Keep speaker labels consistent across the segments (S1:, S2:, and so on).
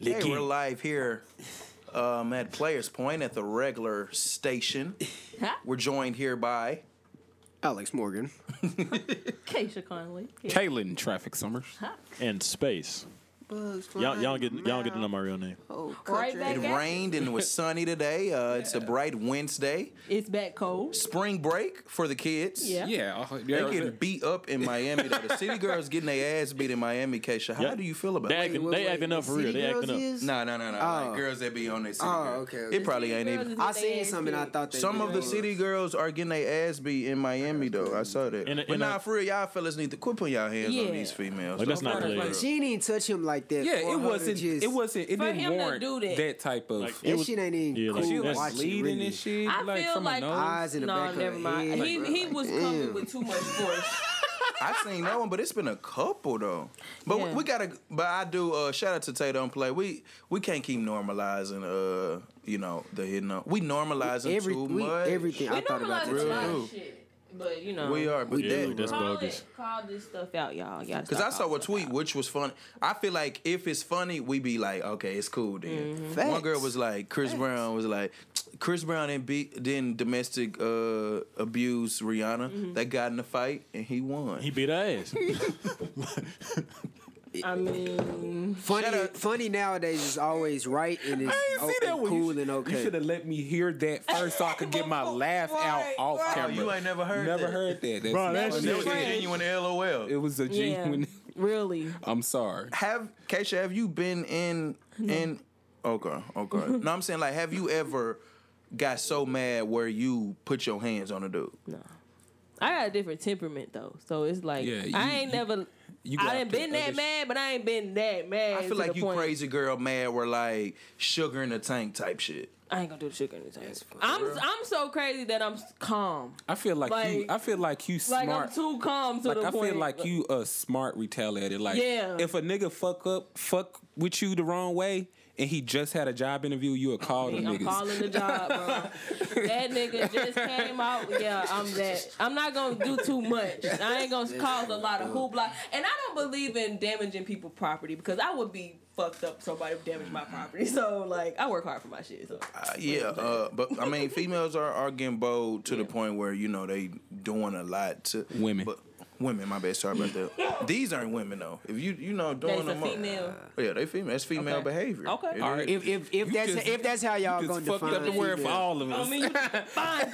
S1: live here um, at Players Point at the regular station. We're joined here by
S2: Alex Morgan.
S3: Keisha Conley. Yeah.
S4: Kalen Traffic Summers
S5: and space.
S2: Buzz
S5: Y'all, y'all get y'all get to know my real name.
S2: Oh,
S3: Right
S2: country.
S3: back
S1: It
S3: at it.
S1: rained and it was sunny today. Uh, It's a bright Wednesday.
S3: It's back cold.
S1: Spring break for the kids.
S3: Yeah.
S4: yeah,
S6: uh,
S4: oh,
S1: They
S4: yeah,
S1: getting beat up in Miami. though. The city girls getting their ass beat in Miami, Keisha. How
S5: Yeah.
S1: do you feel about
S5: They
S1: it?
S5: acting,
S2: Wait,
S5: they
S2: wait,
S5: acting up for
S2: City
S5: real. They acting
S2: Girls
S5: up.
S2: is-
S1: No, no, no, no.
S2: Oh.
S1: Like girls that be on their city.
S2: Oh,
S1: girls.
S2: okay, okay.
S1: It probably ain't
S3: Girls
S1: even.
S3: is
S2: I
S3: in their
S2: seen
S3: ass
S2: something. I
S3: too.
S2: thought they
S1: Some of the
S2: was-
S1: city girls are getting their ass beat in Miami, though. I saw that.
S5: In a-
S1: but
S5: in a-
S1: nah, for real, y'all fellas need to quit putting y'all hands
S3: Yeah.
S1: on these females.
S5: Like, let's
S1: Don't fuck
S5: not play
S1: with
S5: it.
S1: girls.
S2: She didn't touch him like that.
S6: Yeah,
S2: for her
S6: it
S2: to
S6: wasn't.
S2: just-
S6: It wasn't. It
S3: For
S6: didn't
S3: him to
S6: warrant
S3: do that.
S6: type of.
S5: Like,
S6: it
S2: That
S5: was-
S2: shit ain't even
S5: Yeah, like,
S2: cool.
S6: she
S5: She
S6: was
S2: watch
S6: like
S2: it,
S6: leading
S2: really.
S6: and shit.
S3: I
S6: like
S3: feel
S6: from
S3: like-
S6: the nose.
S2: Eyes in the
S3: No,
S2: back of
S3: never
S2: her
S3: mind.
S2: head,
S3: he
S2: bro.
S3: he was coming with too much force.
S1: I seen that one, but it's been a couple though. But we,
S3: Yeah.
S1: we gotta. But I do. Uh, shout out to Tatum on Play. We we can't keep normalizing. Uh, you know the hidden. Uh, we normalizing
S2: Every,
S1: too
S2: we-
S1: much.
S2: everything.
S3: We
S2: I thought about
S3: normalized a lot
S1: Real dude.
S3: of shit, but you know
S1: We are, but
S2: We
S1: that,
S2: do.
S5: That's
S3: Call,
S5: bogus.
S3: it, call this stuff out, y'all. Y'all.
S1: Cause I saw a tweet which was funny. I feel like if it's funny, we be like, okay, it's cool then. One
S2: Mm-hmm. Facts.
S1: girl was like, Chris Brown was like, Chris Brown didn't beat, didn't domestic uh, abuse Rihanna.
S2: Mm-hmm.
S1: They got in a fight and he won.
S5: He beat her ass.
S3: I mean,
S1: Shut
S2: Funny,
S1: up.
S2: funny nowadays is always right and it's
S6: I
S2: o-
S6: didn't see that
S2: and
S6: one.
S2: cool
S6: you,
S2: and okay.
S6: should have let me hear that first so I could get my laugh
S3: Right,
S6: out off
S3: right.
S1: Oh,
S6: camera.
S1: you ain't never heard.
S6: Never
S1: that.
S6: heard that. That's
S5: Bro, that
S6: not-
S5: shit-
S1: That was a
S3: Right.
S1: genuine LOL.
S6: It was a
S3: yeah,
S6: genuine.
S3: really.
S6: I'm sorry.
S1: have Keisha, have you been in in okay, okay. no, I'm saying like have you ever got so mad where you put your hands on a dude?
S3: I got a different temperament though, so it's like
S6: Yeah, you-
S3: I ain't
S6: you-
S3: never.
S6: You
S3: I
S6: got
S3: didn't
S6: to
S3: been that
S6: other-
S3: mad, but I ain't been that mad.
S1: I
S3: to
S1: feel like
S3: the
S1: you
S3: point-
S1: crazy girl mad where like sugar in the tank type shit.
S3: I ain't gonna do the sugar in the tank. I'm I'm so crazy that I'm s- calm.
S6: I feel like, you.
S3: Like-
S6: I feel like you
S3: Like
S6: smart.
S3: I'm too calm to
S6: like
S3: the
S6: I
S3: point.
S6: feel like you a smart retaliator. Like
S3: Yeah.
S6: if a nigga fuck up, fuck with you the wrong way, and he just had a job interview, you would call the
S3: Hey, I'm
S6: niggas.
S3: calling the job, bro. that nigga just came out. Yeah, I'm that. I'm not gonna do too much. I ain't gonna cause a lot of hoopla. And I don't believe in damaging people's property because I would be fucked up. if Somebody damaged my property. So like, I work hard for my shit. So
S1: Uh, yeah, uh, but I mean females are, are getting bold to the point where you know they doing a lot to
S6: Women.
S1: But, women, my bad, sorry about that. These aren't women though. If you you know
S3: that's
S1: doing
S3: a
S1: them up-
S3: female.
S1: Yeah, they female. That's female
S3: Okay.
S1: behavior.
S3: Okay.
S1: It
S3: All
S1: is.
S2: if if if
S6: You
S2: that's
S6: just-
S2: if that's how y'all
S6: You
S2: gonna
S6: just fucked
S2: define
S6: up the word for
S2: female.
S6: all of
S3: I
S6: us.
S3: mean, you fine.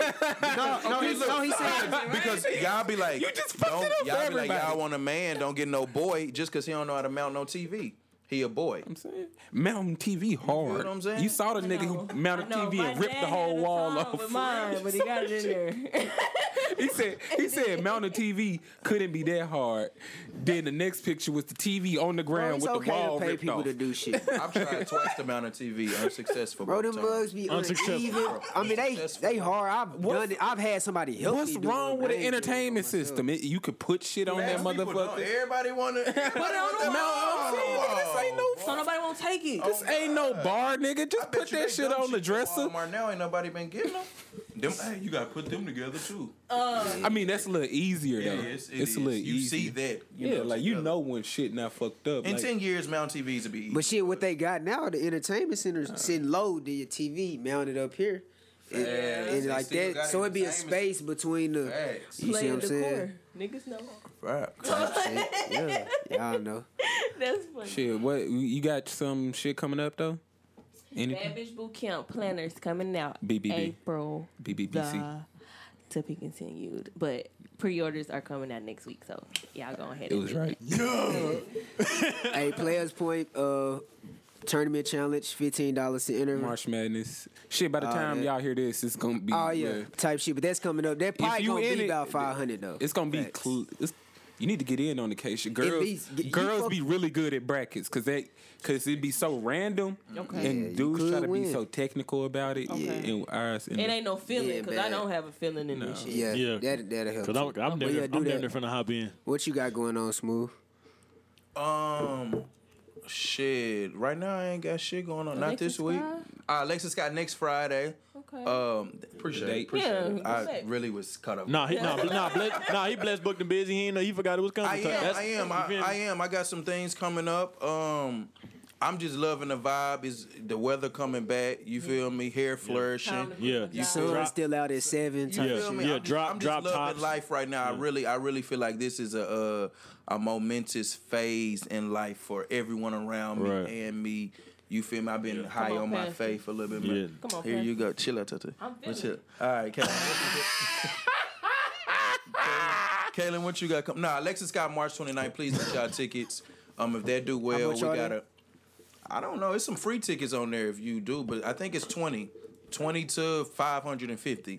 S2: No, no, he, no, he said
S1: Because y'all be like,
S6: just fucked
S1: don't,
S6: it up
S1: y'all be
S6: for
S1: like,
S6: everybody.
S1: y'all want a man, don't get no boy just because he don't know how to mount no TV. He a boy.
S6: I'm saying? Mountain TV hard.
S1: what I'm saying?
S6: You saw the nigga who mounted TV and ripped the whole wall
S3: With
S6: off.
S3: mine, but he got it in there.
S6: He said he said mountain TV couldn't be that hard. Then the next picture was the TV on the
S2: Bro,
S6: ground
S2: it's
S6: with the
S2: okay
S6: wall
S2: to pay
S6: ripped
S2: people
S6: off.
S2: to do shit.
S1: I've tried twice to mount a TV, unsuccessful.
S2: Bro,
S1: both
S2: them
S1: times.
S2: bugs be
S5: Unsuccessful.
S2: uneven. I mean, they they hard. I've done it. I've had somebody help
S6: What's
S2: me do
S6: wrong
S2: it,
S6: with
S2: but I
S6: an
S2: ain't doing it
S6: entertainment
S2: myself.
S6: system? It- you could put shit on that
S1: Ass people don't-
S6: motherfucker.
S1: Everybody want to put it
S3: on the wall.
S6: This ain't
S2: Oh.
S6: no
S3: so nobody won't take it.
S6: This ain't no bar, nigga. Just put that shit on the dresser.
S1: Walmart now ain't nobody been getting them. them hey, you gotta put them together too.
S6: I mean, that's a little easier
S1: Yeah,
S6: though.
S1: it's,
S6: it's,
S1: it is.
S6: a little
S1: You
S6: easier.
S1: see that? you
S6: yeah,
S1: know,
S6: like you
S1: together.
S6: know when shit not fucked up.
S1: In
S6: like,
S1: ten years, mount TVs will be. Easy.
S2: But shit, what they got now, the entertainment center's sitting low to your TV mounted up here. And, and
S1: They
S2: like
S1: still got
S2: that, so it'd be a
S1: entertainment
S2: space between the.
S1: Facts.
S2: You see
S3: Play
S2: what I'm
S3: the
S2: saying?
S3: core. Niggas know.
S1: Right.
S2: Yeah, y'all know.
S3: That's funny.
S6: shit. What you got? Some shit coming up though. Anything?
S3: Babbage Boot Camp planners coming out
S6: BBB.
S3: April
S6: BBBC.
S3: the, to be continued. But pre-orders are coming out next week, so y'all go ahead.
S6: It was right.
S2: hey, Players Point uh, Tournament Challenge, $15 to enter.
S6: March Madness. Shit. By the
S2: Oh,
S6: time
S2: yeah.
S6: y'all hear this, it's gonna be.
S2: Oh, yeah,
S6: uh,
S2: type shit. But that's coming up. That probably
S6: you
S2: gonna
S6: in
S2: be
S6: it,
S2: about 500 though.
S6: It's gonna be.
S2: Facts.
S6: Cl- it's, you need to get in on the case. Girls,
S2: least get- you
S6: girls
S2: fuck-
S6: be really good at brackets because they because it'd be so random.
S3: Okay.
S2: Yeah,
S6: And
S2: you
S6: dudes try
S2: could
S6: to be
S2: win.
S6: so technical about it.
S3: Okay.
S6: And ours. And
S3: It ain't no feeling
S2: Yeah,
S3: because I
S2: bad.
S3: don't have a feeling in this shit.
S2: Yeah,
S5: Yeah.
S2: That, that'll help.
S5: Cause I'm,
S2: too.
S5: I'm
S2: Well,
S5: damn
S2: yeah,
S5: near-
S2: do
S5: I'm
S2: that.
S5: damn near finna hop in.
S2: What you got going on, Smooth?
S1: Um, shit. Right now, I ain't got shit going on. Not
S3: Alexis
S1: this week.
S3: Scott?
S1: Uh, Alexis got next Friday.
S3: Okay.
S1: Um, appreciate
S6: Date.
S1: it. Appreciate it.
S3: Yeah,
S1: I
S3: respect.
S1: really was cut off.
S5: Nah, he, nah, bl- nah, bless, nah, he blessed booked and busy. He ain't know he forgot it was coming.
S1: I
S5: to-
S1: am. I am.
S5: you feel
S1: I,
S5: me?
S1: I am. I got some things coming up. Um, I'm just loving the vibe. Is the weather coming back? You
S3: Mm.
S1: feel me? Hair flourishing.
S5: Yeah. You
S2: Sun's
S5: Drop-
S2: still out at seven.
S1: You
S2: Type
S5: Yeah,
S1: feel
S2: shit.
S1: me?
S5: yeah,
S1: I'm just,
S5: drop-
S1: I'm just
S5: drop
S1: loving
S5: tops.
S1: life right now. I really, I really feel like this is a a, a momentous phase in life for everyone around me
S5: Right.
S1: and me. You feel me? I've been high
S3: on,
S1: on, my
S3: Pastor.
S1: faith a little bit.
S5: Yeah.
S1: man.
S3: Come on,
S1: Here
S3: Pastor.
S1: you go. Chill out, Tata.
S3: I'm
S1: Well,
S3: feeling
S1: All right, Kaylin. Kaylin, what you got? Come. Nah, Alexis got March 29th. Please get y'all tickets. Um, if that do well, we
S2: much are they?
S1: gotta. I don't know. It's some free tickets on there if you do, but I think it's 20. 20 to 550.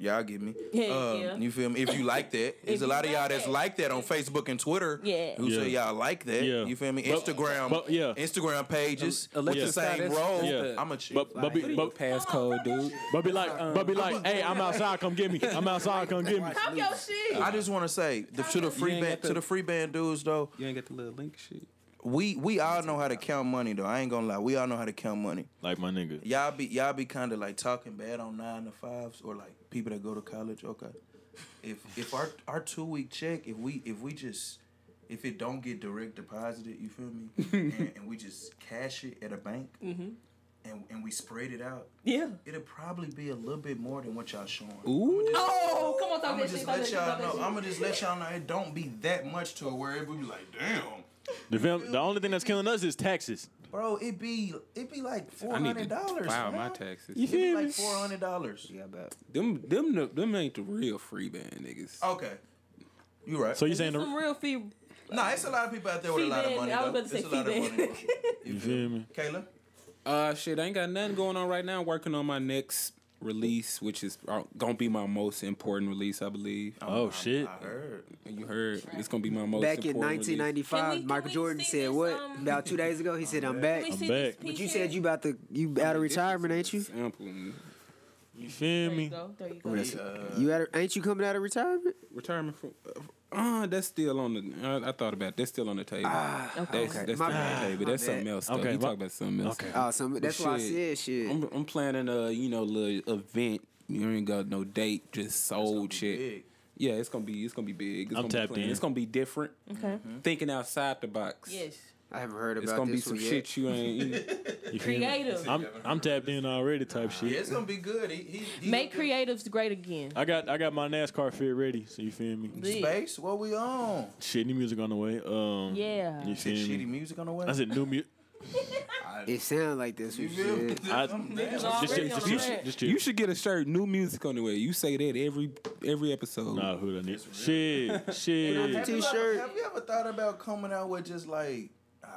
S1: Y'all get me.
S3: Yeah,
S1: Um,
S3: yeah.
S1: You feel me? If you like that. There's a
S3: you
S1: lot of
S3: like
S1: y'all that's
S3: that.
S1: like that on Facebook and Twitter.
S3: Yeah.
S1: Who say
S5: Yeah.
S1: y'all like that.
S5: Yeah.
S1: You feel me?
S5: But-
S1: Instagram.
S5: but- yeah.
S1: Instagram pages.
S2: Um,
S1: with
S2: Alexis
S1: the same
S6: Scott is-
S1: role.
S5: Yeah.
S1: I'm a chick.
S5: But, but, be, but,
S6: Passcode, dude.
S5: but be like, but be like, hey, I'm outside. Come get me. I'm outside. Come get me.
S3: Talk your shit.
S1: I just want to say the, to the free
S6: ain't
S1: band
S6: got
S1: to
S6: the-
S1: the free band dudes though.
S6: You ain't got the little link shit.
S1: We we all know how to count money though. I ain't gonna lie. We all know how to count money.
S5: Like my nigga.
S1: Y'all be y'all be kind of like talking bad on nine to fives or like people that go to college. Okay, if if our our two week check, if we if we just if it don't get direct deposited, you feel me, and, and we just cash it at a bank, and and we spread it out,
S3: Yeah.
S1: it'll probably be a little bit more than what y'all showing.
S6: Ooh.
S3: Oh, come on, talk
S1: I'm gonna
S3: that
S1: just
S3: shit.
S1: let y'all know. I'm gonna just let y'all know it don't be that much to it where it would be like, damn,
S5: The, fam- the only thing that's killing us is taxes.
S1: bro. It be it be like four
S6: I need to
S1: hundred dollars.
S6: file my taxes.
S1: It be like four hundred dollars.
S2: Yeah, about
S6: Them, them, the- them ain't the real free band niggas.
S1: Okay, you right.
S5: So you saying
S3: Some
S5: the
S3: real fee.
S1: No, it's a lot of people out there with a lot of
S3: Fee-band.
S1: money.
S3: I was
S1: though.
S3: about to say
S1: it's a lot of
S3: fee-band.
S1: money. You
S5: feel me?
S1: Kayla?
S6: Uh, shit, I ain't got nothing going on right now. Working on my next release, which is uh, gonna be my most important release, I believe. Uh,
S5: oh shit.
S1: I heard.
S6: You heard it's gonna be my most
S2: back in
S6: important release.
S2: 1995,
S3: Can we- can
S2: Michael
S3: we
S2: Jordan
S3: see
S2: said
S3: this,
S2: what?
S3: um,
S2: about two days ago, he said, "I'm back."
S3: We
S5: I'm back.
S3: see this
S5: But
S2: But
S3: piece
S2: you
S3: here?
S2: said you about to you out of retirement, ain't you?
S6: Sample.
S5: You feel
S3: There you
S5: me?
S3: go. There you go.
S2: You out of, ain't you coming out of retirement?
S6: Retirement from. Uh, that's still on the. Uh, I thought about. it. That's still on the table.
S3: Okay.
S6: that's that's
S2: Ah, My
S6: still on
S2: bad.
S6: the table. That's
S2: My
S6: something
S2: bad.
S6: else. Though.
S5: Okay,
S6: you
S5: my-
S6: talk about something else.
S5: okay.
S2: Oh, so that's why I
S6: Shit.
S2: said shit.
S6: I'm, I'm planning a you know little event. You ain't got no date, just soul shit.
S1: big.
S6: Yeah, it's gonna be it's gonna be big. It's
S5: I'm
S6: gonna
S5: tapped
S6: be planned.
S5: in.
S6: It's gonna be different.
S3: Okay.
S6: Thinking outside the box.
S3: Yes.
S2: I haven't heard Mm-hmm. about
S6: It's gonna be
S2: this
S6: some
S2: one yet.
S6: shit you ain't. You,
S5: You feel me?
S3: Creative.
S5: I'm I'm tapped in already type
S1: Yeah,
S5: shit.
S1: it's gonna be good. He, he, he
S3: Make creatives great again.
S5: I got I got my NASCAR fit ready, so you feel me?
S3: Big.
S1: Space, what we on?
S5: Shitty music on the way. Um
S3: Yeah.
S5: You feel
S1: Shitty
S5: me?
S1: music on the way.
S5: I said new music.
S2: It sound like this
S1: you
S2: one
S1: feel me?
S2: shit.
S5: I
S1: I'm
S5: just,
S1: down.
S5: just,
S3: already
S5: just,
S3: on the
S5: just,
S3: track.
S5: just
S6: you should get a shirt. New music on the way. You say that every every episode.
S5: Nah, who that need? Shit, shit.
S1: Have you ever-
S2: T-shirt.
S1: Have you ever thought about coming out with just like, ah,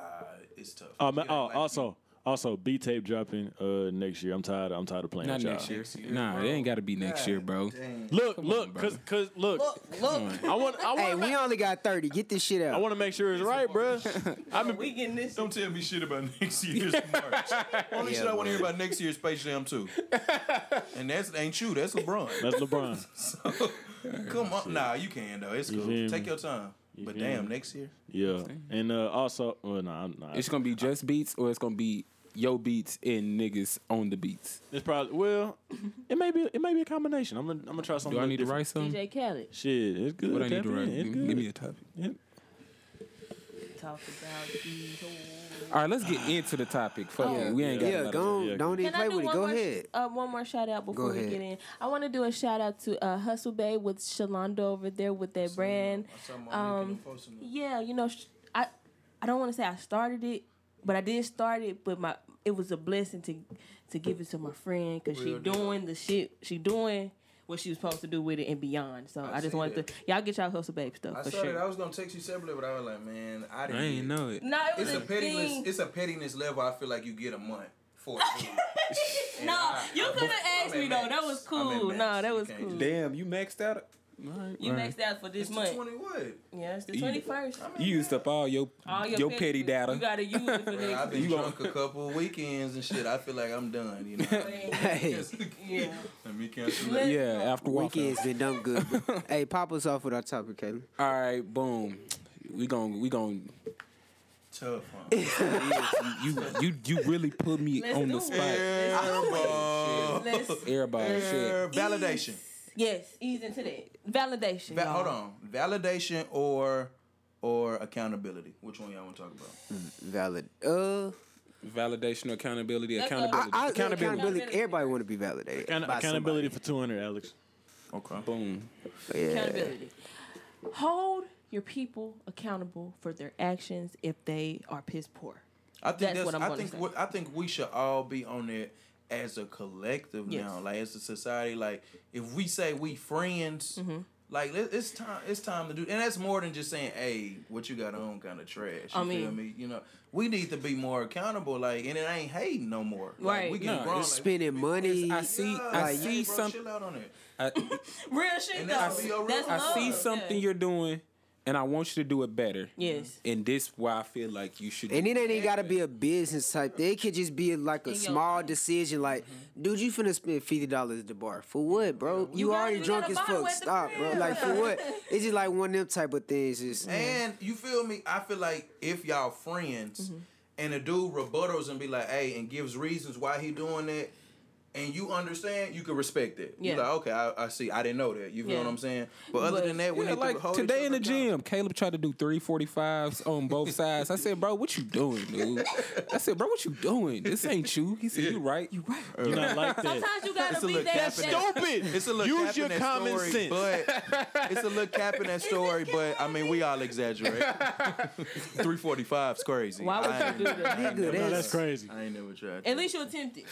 S1: it's tough.
S5: Oh, man,
S1: You know,
S5: oh
S1: like,
S5: also, also B tape dropping uh next year. I'm tired. I'm tired of playing.
S6: Not
S5: with y'all.
S6: next year.
S1: Next year,
S6: Nah,
S1: bro.
S6: it ain't got to be next
S1: God
S6: year, bro.
S1: dang.
S5: Look, look,
S6: brother.
S5: cause, cause, look.
S1: Look,
S5: I want, I
S2: Hey,
S5: want,
S2: we only got 30. Get this shit
S5: I
S2: out.
S5: want to make sure it's right, bruh. I've been
S3: We getting this.
S1: don't tell me shit about next year's March. Only shit I want to hear about next year's Space Jam 2. and that's ain't you, that's LeBron.
S5: That's LeBron.
S1: Come on, nah, you can though. It's cool.
S5: feel
S1: Take
S5: me?
S1: your time. but
S5: feel
S1: damn,
S5: me?
S1: next year,
S5: Yeah, and uh, also, well, nah, I'm not.
S6: It's
S5: It's,
S6: gonna be just beats, or it's gonna be yo beats and niggas on the beats.
S5: probably well. It may be. It may be a combination. I'm gonna. I'm gonna try something.
S6: Do I need to
S5: different.
S6: write something?
S3: DJ Khaled
S5: Shit, it's good.
S6: What I need
S5: Tap
S6: to
S5: in,
S6: write?
S5: It's
S6: Give,
S5: good.
S6: me- give me a topic.
S5: It-
S3: talked about these hoes.
S6: All right, let's get into the topic. Fuck
S3: Oh.
S6: it, we ain't got. a
S2: Yeah,
S6: lot of-
S2: go on.
S5: yeah.
S2: Don't even
S3: Can I
S2: play
S3: do
S2: with it.
S3: one
S2: Go
S3: more,
S2: ahead.
S3: Uh, one more shout out before we
S2: ahead.
S3: get in? I want to do a shout out to uh, Hustle Bay with Shalonda over there with that brand. Um, Yeah, you know, sh- I I don't want to say I started it, but I did start it. But my it was a blessing to to give it to my friend because she
S1: Real deal.
S3: doing the shit she doing what she was supposed to do with it and beyond. So I, just
S1: see
S3: wanted
S1: that.
S3: to y'all get y'all hustle babe stuff
S1: I
S3: for
S1: saw that. I
S3: sure.
S1: was gonna text you separately, but I was like, man, I
S6: I
S1: didn't.
S6: ain't
S1: get it.
S6: know it.
S3: No, it was
S1: It's a
S3: a
S1: pettiness.
S3: thing.
S1: It's a pettiness level. I feel like you get a month for. it. And
S3: No,
S1: I-
S3: you
S1: I-
S3: could have
S1: I'm
S3: asked
S1: at
S3: me though. That
S1: max.
S3: was
S1: I'm at
S3: cool.
S1: max.
S3: No, that
S1: You
S3: was
S1: can't
S3: cool.
S1: just-
S6: Damn, you maxed out.
S3: You maxed out for this
S1: It's
S3: month.
S1: the twenty wood.
S3: Yeah, it's the
S6: You-
S3: twenty first.
S6: You used up all your
S3: All
S6: your,
S3: your,
S6: petty
S3: data.
S6: data.
S3: You gotta use it for
S1: Bro, I've
S3: next.
S1: been
S6: You gonna-
S1: drunk a couple weekends and shit. I feel like I'm done. You know.
S2: Hey,
S3: Yeah.
S1: Let me cancel
S3: Let-
S1: that.
S6: yeah, after walking.
S2: weekend's been done good. but- hey, pop us off with our topic, Caleb.
S6: All right, boom. We gon' we gon'
S1: Tough one.
S6: you you you really put me
S3: Let's
S6: on
S3: do
S6: the
S3: it.
S6: spot.
S3: Let's do it.
S1: Airball.
S3: Let's
S6: Everybody, shit.
S1: Validation.
S3: ease- Yes, ease into that validation.
S1: Va-
S3: y'all.
S1: hold on. Validation or or accountability? Which one y'all want to talk about?
S2: Valid. Uh,
S6: Validation, accountability,
S3: That's
S6: accountability.
S3: all-
S2: I,
S5: Accountability.
S2: accountability. Everybody want to be validated.
S5: Account-
S2: by
S5: accountability for 200, Alex.
S1: Okay.
S6: Boom.
S2: somebody. Yeah.
S3: Accountability. Hold your people accountable for their actions if they are piss poor.
S1: I think
S3: That's
S1: that's,
S3: what I'm
S1: I
S3: gonna
S1: think
S3: say.
S1: what- I think we should all be on it as a collective
S3: Yes.
S1: now, like as a society. Like if we say we friends,
S3: Mm-hmm.
S1: like it- it's time it's time to do, and that's more than just saying, "Hey, what you got on kind of trash." You
S3: I
S1: feel
S3: mean-
S1: me? You know, we need to be more accountable. Like, and it ain't hating no more. Like,
S3: Right.
S1: we
S6: No,
S1: get
S6: it's
S1: grown. Like,
S2: Spending money.
S6: I see.
S1: yeah,
S6: I
S1: like,
S6: see
S1: hey, bro,
S6: some.
S1: Chill out on it.
S6: I,
S3: Real shit
S1: And
S3: though.
S1: that's
S3: That's,
S1: be your real- I
S6: I
S2: Oh,
S3: love.
S6: see something
S3: Yeah.
S6: you're doing, and I want you to do it better.
S3: Yes.
S6: And this why I feel like you should.
S2: And
S6: do
S2: it ain't even gotta be a business type. thing. It could just be like a
S3: In your-
S2: small decision, like, dude, you finna spend fifty dollars at the bar for what, bro? You,
S3: got-
S2: already
S3: you
S2: drunk
S3: got a
S2: as
S3: bottle at
S2: fuck.
S3: the
S2: Stop, bro.
S3: crib.
S2: Like for what? It's just like one of them type of things. Just
S1: And you feel me? I feel like if y'all friends
S3: Mm-hmm.
S1: and a dude rebuttals and be like, hey, and gives reasons why he doing that, and you understand, you can respect it.
S3: Yeah.
S1: You're like, okay, I, I see. I didn't know that. You feel
S3: Yeah.
S1: what I'm saying? But other
S3: But-
S1: than that, we
S6: Yeah,
S1: need to
S6: like
S1: hold
S6: today
S1: each
S6: in the
S1: other accountable.
S6: gym, Caleb tried to do three forty fives on both sides. I said, "Bro, what you doing, dude?" I said, "Bro, what you doing? This ain't you." He said, "You right, you right."
S5: You're not like that.
S3: Sometimes you gotta
S1: It's a
S3: be
S1: little
S3: that.
S1: cap in
S3: that-
S1: that-
S5: Stupid.
S1: It's a little cap
S5: Use
S1: in
S5: your
S1: that
S5: common
S1: story,
S5: sense.
S1: But it's a little cap in that story, but I mean, we all exaggerate. 345 is crazy.
S3: Why would
S1: I ain't-
S3: you do that?
S1: I ain't
S2: Nigga,
S1: never-
S2: No,
S5: that's crazy.
S1: I ain't never tried.
S3: At
S1: that.
S3: least you attempted.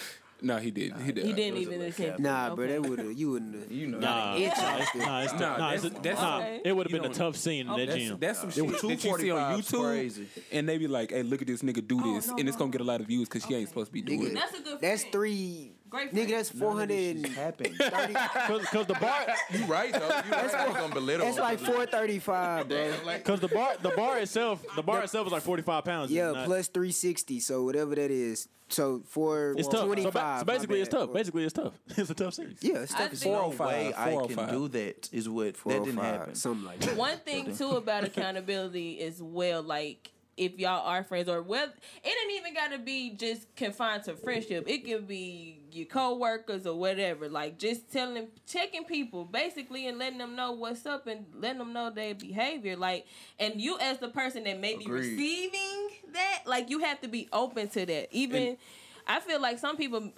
S6: No, he did. He did.
S3: He didn't
S1: was a
S3: even
S1: little
S3: attempt.
S1: cap.
S3: it.
S2: nah, bro,
S3: Okay.
S2: that would have you wouldn't.
S1: you know.
S5: Nah,
S2: It's
S5: it's, nah, it's,
S6: Nah,
S5: nah,
S6: that's-
S5: it's-
S6: that's-
S5: nah,
S3: okay.
S5: it would have
S6: You
S5: been a
S6: don't-
S5: tough scene in that
S6: That's,
S5: gym.
S6: that's some
S1: They
S6: shit
S1: were
S6: that you see on
S1: 245s
S6: YouTube,
S1: crazy.
S6: and they be like, "Hey, look at this nigga do
S3: Oh,
S6: this,"
S3: no,
S6: and it's
S3: no,
S6: gonna
S3: no.
S6: get a lot of views because she ain't
S3: Okay.
S6: supposed to be doing
S2: Nigga,
S6: it.
S3: That's a good
S2: That's
S3: friend.
S2: three.
S3: Great
S2: Nigga,
S3: friend.
S2: that's four hundred and
S1: happened.
S2: thirty.
S5: Because the bar,
S1: You right though. You right. I ain't gonna belittle.
S2: That's
S1: him.
S2: like four thirty-five, bro.
S1: Damn, like
S5: because the bar, the bar itself, the bar itself was like forty five pounds.
S2: Yeah,
S5: It's not-
S2: plus three sixty. So whatever that is. So four
S5: it's tough. So ba- So,
S2: twenty-five. my
S5: basically, it's
S2: bad.
S5: tough. Basically, it's tough. it's a tough series.
S2: Yeah, it's
S3: I
S2: tough. as
S3: think-
S2: fuck.
S1: no way I can
S6: 405.
S1: do that is what that didn't
S2: 405,
S1: happen.
S2: Something like that.
S3: One thing too about accountability as well, like if y'all are friends or whether it ain't even gotta be just confined to friendship. It could be your coworkers or whatever. Like just telling, checking people basically, and letting them know what's up and letting them know their behavior. Like, and you as the person that may be
S1: Agreed.
S3: receiving that, like you have to be open to that. Even I feel like some people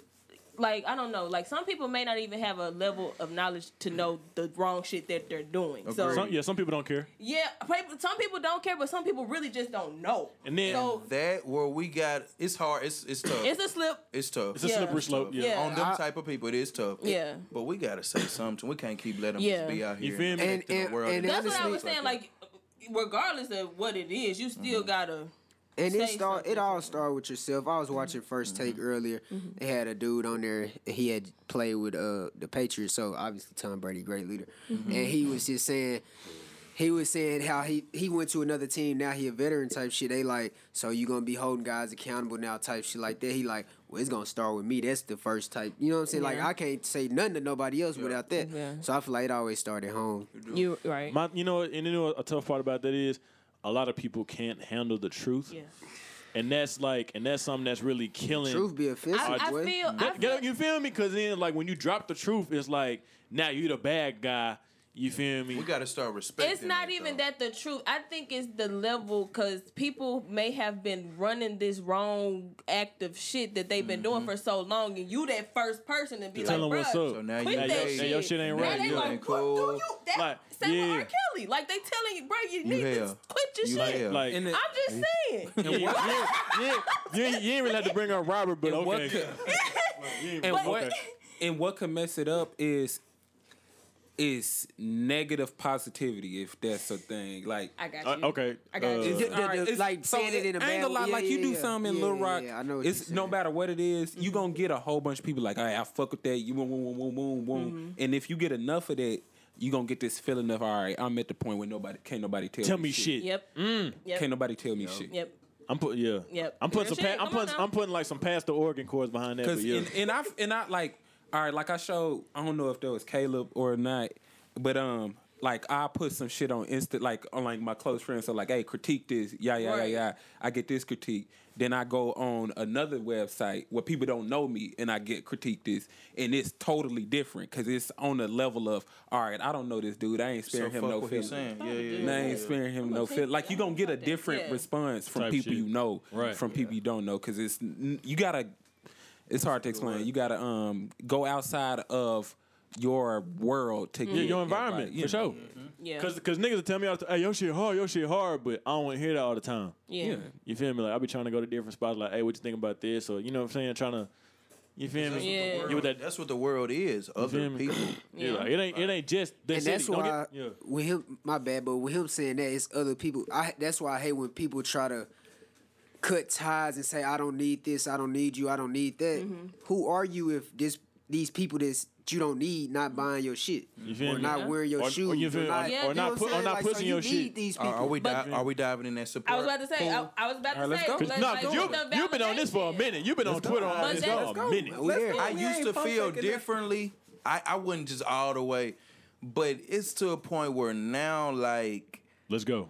S3: like I don't know, like some people may not even have a level of knowledge to know the wrong shit that they're doing.
S1: Agreed.
S3: So
S5: Some, yeah, some people don't care.
S3: yeah, people- some people don't care, but some people really just don't know.
S5: And then-
S3: so
S1: that where we got it's hard. It's it's tough.
S3: it's a slip.
S1: It's tough.
S5: It's a
S3: Yeah.
S5: slippery slope. Yeah.
S3: Yeah.
S1: On them
S2: I-
S1: type of people, it is tough.
S3: Yeah.
S1: But we gotta say something. We can't keep letting them
S3: Yeah.
S1: just be out here.
S5: You feel me?
S1: affecting
S2: And- and-
S1: the world
S2: and
S1: in
S3: That's
S1: different
S3: what I
S2: honestly-
S3: was
S1: ways that.
S3: saying. Like, regardless of what it is, you still
S5: Mm-hmm.
S3: gotta.
S2: And it
S3: say
S2: start. It
S3: something.
S2: all started with yourself. I was watching First Take earlier.
S3: Mm-hmm.
S2: They had a dude on there. He had played with uh the Patriots, so obviously Tom Brady, great leader.
S3: Mm-hmm.
S2: And he was just saying, he was saying how he he went to another team. Now he a veteran type shit. They like, so you gonna be holding guys accountable now type shit like that. He like, well, it's gonna start with me. That's the first type. You know what I'm saying? Like
S3: Yeah.
S2: I can't say nothing to nobody else without that.
S3: Yeah.
S2: So I feel like it always started home.
S3: You right.
S5: My, you know, and you know, a tough part about that is a lot of people can't handle the truth,
S3: yeah.
S5: and that's like, and that's something that's really killing.
S2: Truth be offensive,
S3: I, I
S2: boy.
S3: feel. I
S5: Get-
S3: feel
S5: get- you feel me? Because then, like, when you drop the truth, it's like now you the bad guy. You feel me?
S1: We gotta start respecting.
S3: it's not
S1: it,
S3: even
S1: though.
S3: that the truth. I think it's the level because people may have been running this wrong act of shit that they've been doing for so long, and you that first person to be
S5: Mm-hmm. Tell
S3: like,
S5: them what's
S3: "Bruh,
S5: up.
S1: So now
S3: quit
S1: you
S5: now
S3: that
S5: your,
S3: shit.
S5: now your shit ain't
S3: Now
S5: right.
S3: they
S1: you
S3: like,
S1: ain't
S3: what
S1: cool."
S3: do you? That,
S5: Like,
S3: same with
S5: yeah.
S3: R. Kelly. Like they telling you, bro, you need
S1: hell.
S3: to quit your
S1: You
S3: shit.
S1: hell.
S5: Like,
S6: And
S5: you,
S6: it-
S3: I'm just saying.
S5: ain't- you, ain't- you ain't- you ain't- you ain't really have to bring up Robert, but
S6: And what
S5: okay.
S6: could-
S5: You ain't-
S6: and
S5: okay.
S6: what and what can mess it up is is negative positivity if that's a thing. Like
S3: I got you.
S5: Uh, okay.
S3: I got
S5: uh,
S3: you.
S2: The- the-
S6: All right, it's-
S2: like, saying it in a
S6: I ain't
S2: bad
S6: gonna lie,
S2: way.
S6: like
S2: Yeah,
S6: you
S2: yeah,
S6: do
S2: yeah.
S6: something in
S2: Yeah,
S6: Little
S2: yeah,
S6: Rock.
S2: yeah, I know what
S6: it's
S2: you're
S6: no
S2: saying. Mm-hmm.
S6: matter what it is, you gonna get a whole bunch of people like, all right, I fuck with that. You boom, boom, boom, boom, boom, boom.
S2: Mm-hmm.
S6: And if you get enough of that, you gonna get this feeling of, all right, I'm at the point where nobody can't nobody tell,
S5: Tell me shit.
S3: Yep.
S5: Mm.
S3: Yep.
S6: Can't nobody tell me shit.
S3: Yep.
S5: I'm putting yeah.
S3: Yep.
S5: I'm putting some.
S3: Real shit,
S5: Pa- I'm
S3: come on
S5: putting.
S3: now.
S5: I'm putting like some past the Oregon chords behind that. But
S6: Because
S5: yeah.
S6: and, and I and I like all right, like I showed. I don't know if that was Caleb or not, but um, like I put some shit on instant, like on like my close friends. So like, hey, critique this, yeah, yeah,
S3: Right.
S6: yeah, yeah. I get this critique, Then I go on another website where people don't know me and I get critiqued this, and it's totally different because it's on the level of all right, I don't know this dude, I ain't
S1: So
S6: sparing
S1: fuck
S6: him no
S1: what he's
S6: feelings.
S1: saying. Yeah, yeah.
S6: And I ain't
S1: yeah.
S6: sparing him no
S3: take
S6: feel. Like you gonna get a
S3: that.
S6: different
S3: Yeah.
S6: response from
S5: Type
S6: people
S5: shit.
S6: you know,
S5: Right.
S6: from people you don't know, because it's n- you gotta. It's hard to explain. You gotta um go outside of your world to
S5: Yeah,
S6: get
S5: your environment
S6: advice, you
S5: for
S6: know.
S5: sure.
S3: Yeah.
S5: Cause, Cause niggas tell me all the time, hey, your shit hard, your shit hard, but I don't want to hear that all the time.
S3: yeah.
S6: Yeah.
S5: You feel me? Like I be trying to go to different spots, like, hey, what you think about this? Or you know what I'm saying? Trying to, you feel
S1: That's what the
S5: me?
S3: Yeah.
S1: world-
S5: You with that-
S1: That's what the world is. Other
S5: feel me?
S1: people.
S5: Yeah, like, it ain't it ain't just the
S2: and
S5: city.
S2: that's
S5: Don't get-
S2: why
S5: yeah.
S2: with him, my bad, but with him saying that, it's other people. I that's why I hate when people try to cut ties and say, "I don't need this, I don't need you, I don't need that." Who are you if this these people that's you don't need not buying your shit
S5: feel
S2: or
S5: me?
S2: not
S5: Yeah.
S2: wearing your
S5: Or- or
S2: shoes
S5: you feel-
S2: not,
S3: or-
S2: you
S3: or
S2: know
S3: not
S2: what I'm
S5: put- or
S2: saying?
S5: not
S2: like, so
S5: pushing
S2: you
S5: your
S2: need
S5: shit.
S2: These people.
S1: Are, are we di-
S5: But-
S1: are we diving in that support?
S3: I was about to say. I,
S1: pool?
S3: I was about
S6: All right,
S3: to
S6: let's
S3: say.
S6: go.
S3: but,
S5: Cause, nah,
S3: like,
S5: 'cause
S3: with
S5: you,
S3: the
S5: you've been on this for a
S3: validation-
S5: minute. You've been on Twitter
S3: But
S5: on this
S3: that's
S5: for a
S3: cool.
S5: minute.
S2: We there.
S1: I
S6: we
S1: used
S6: ain't
S1: to feel
S6: perfect in that.
S1: differently. I, I wasn't just all the way, but it's to a point where now like
S5: Let's go.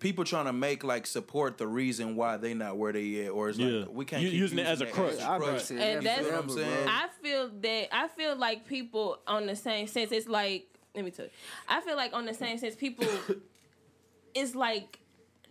S1: people trying to make like support the reason why they not where they at, or it's like
S5: Yeah.
S1: we can't
S5: You-
S1: keep
S5: using it as a crutch.
S2: Yeah, I've been
S1: crutch.
S2: saying
S3: And
S2: that
S3: that's-
S2: forever, bro.
S1: I-
S3: I feel that I feel like people on the same sense. It's like let me tell you. I feel like on the same sense, people. it's like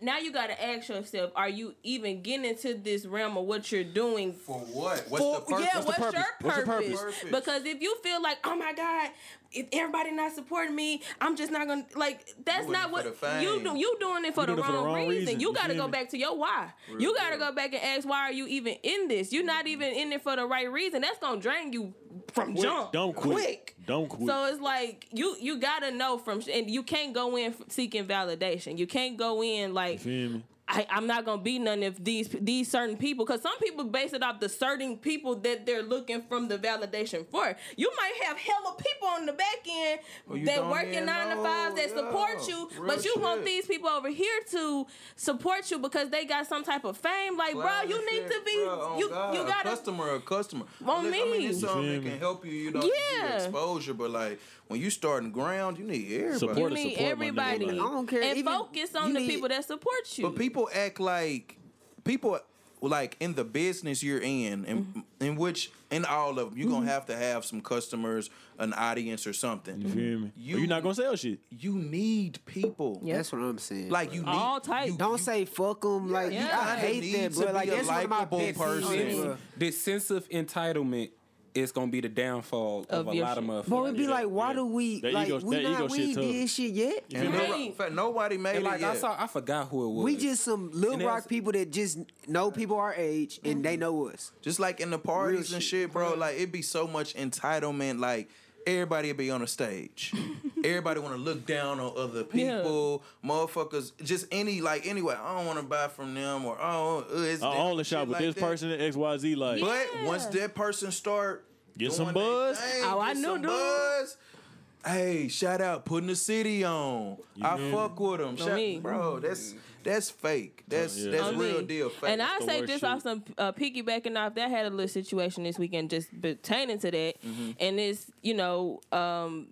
S3: now you got to ask yourself: Are you even getting into this realm of what you're doing?
S1: For what? What's
S3: For,
S1: the purpose?
S3: yeah,
S5: What's
S3: what's,
S5: the
S3: your
S5: purpose? What's the
S3: purpose?
S5: purpose?
S1: Purpose.
S3: Because if you feel like, oh my God, if everybody not supporting me, I'm just not gonna like. That's
S1: Doing
S3: not
S1: it
S3: what
S1: for the
S3: you
S1: fame.
S3: do. You doing it for,
S5: You
S3: the,
S5: doing it
S3: wrong reason. You got to
S5: feel
S3: go
S5: me?
S3: back to your why. you got to go back and ask why are you even in this? You're
S1: Mm-hmm.
S3: not even in it for the right reason. That's gonna drain you from
S5: Quick,
S3: jump.
S5: Don't quit.
S3: Quick.
S5: Don't quit.
S3: So it's like you you gotta know from sh- and you can't go in f- seeking validation. You can't go in like
S5: feel me?
S3: I, I'm not gonna be none of these these certain people because some people base it off the certain people that they're looking from the validation for. You might have hella people on the back end
S1: you
S3: that
S1: don't
S3: work your
S1: even
S3: nine to
S1: know,
S3: fives that support
S1: yeah.
S3: you,
S1: Real
S3: but you want
S1: shit.
S3: these people over here to support you because they got some type of fame. Like,
S1: Clown
S3: bro, you
S1: and shit,
S3: need to be
S1: bro, oh
S3: you
S1: God,
S3: you gotta
S1: a customer, a customer.
S3: On
S1: Look, I mean,
S3: me.
S1: it's
S3: You
S1: something
S5: feel
S1: that
S5: me?
S1: can help you. You know, yeah.
S3: Yeah.
S1: exposure, but like when you starting ground, you need everybody.
S5: Support
S3: you
S5: to
S3: need
S5: support my nigga,
S3: everybody.
S5: like-
S2: I don't care,
S3: And
S2: even-
S3: focus
S2: you
S3: on the
S2: need-
S3: people that support you.
S1: But people act like people like in the business you're in, in, in which in all of them, you're gonna have to have some customers, an audience, or something.
S5: You feel me?
S1: You-
S5: You, are not gonna sell shit.
S1: You need people.
S3: Yeah.
S2: That's what I'm saying.
S1: Like you need
S3: All types.
S1: You,
S2: don't say fuck them. Like
S3: Yeah.
S2: I
S3: You
S2: hate
S1: need
S2: that,
S1: to
S2: bro. Like
S1: be a
S2: that's one of my
S1: likable
S2: pet
S3: Oh,
S2: peeves,
S1: person.
S2: bro.
S6: This sense of entitlement is gonna be the downfall of,
S3: Of
S6: a
S3: your
S6: lot
S3: shit.
S6: of motherfuckers.
S2: But we'd be
S5: Yeah,
S2: like, why
S5: yeah.
S2: do we
S5: That
S2: like
S5: ego-
S2: we
S5: that ego
S2: not we
S5: shit
S2: ain't
S5: tough.
S2: did shit yet?
S1: And
S3: Right.
S1: nobody- in fact, nobody made
S6: And
S1: it
S6: like I
S1: yet.
S6: saw, I forgot who it was.
S2: We just some Little
S6: And
S2: Rock
S6: that's-
S2: people that just know people our age and they know us.
S1: Just like in the parties
S2: Real
S1: and
S2: shit.
S1: shit, bro. Like it'd be so much entitlement. Like everybody be on a stage. everybody want to look down on other
S3: Yeah.
S1: people, motherfuckers. Just any like anyway. I don't want to buy from them or oh, uh, it's
S5: I
S1: that,"
S5: only
S1: shit
S5: shop with
S1: like
S5: this
S1: that.
S5: person at XYZ. Like,
S1: But
S3: Yeah.
S1: once that person start
S5: Get some
S1: doing their
S5: buzz.
S1: thing,
S3: Oh, I
S1: get
S3: knew,
S1: some
S3: dude.
S1: Buzz, Hey, shout out putting the city on. I
S5: know.
S1: fuck with them,
S3: Know
S1: shout,
S3: me.
S1: bro. That's that's fake. That's
S5: Oh, yeah.
S1: that's
S3: I
S1: real
S3: mean,
S1: deal fake.
S3: And I
S5: the
S3: say
S5: worst
S3: just
S5: shit.
S3: off some uh, piggybacking off that had a little situation this weekend just pertaining to that,
S1: Mm-hmm.
S3: and this you know um,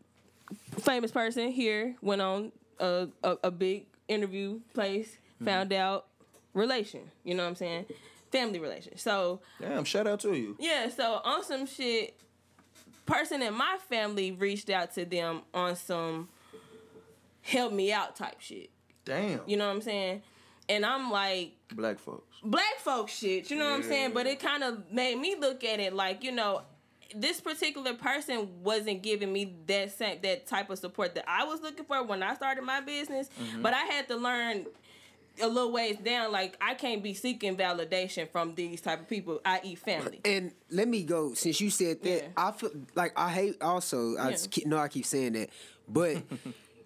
S3: famous person here went on a a, a big interview place,
S1: Mm-hmm.
S3: found out relation. You know what I'm saying? Family relation. So
S1: Damn, shout out to you.
S3: yeah, so on some shit, person in my family reached out to them on some help me out type shit.
S1: Damn,
S3: You know what I'm saying? And I'm like,
S1: black folks.
S3: black folk shit. You know what I'm saying? But it kind of made me look at it like, you know, this particular person wasn't giving me that same that type of support that I was looking for when I started my business. But I had to learn a little ways down. Like I can't be seeking validation from these type of people, i.e., family.
S2: And let me go. Since you said that,
S3: Yeah.
S2: I feel like I hate. Also, I
S3: Yeah.
S2: just keep, no, I keep saying that, but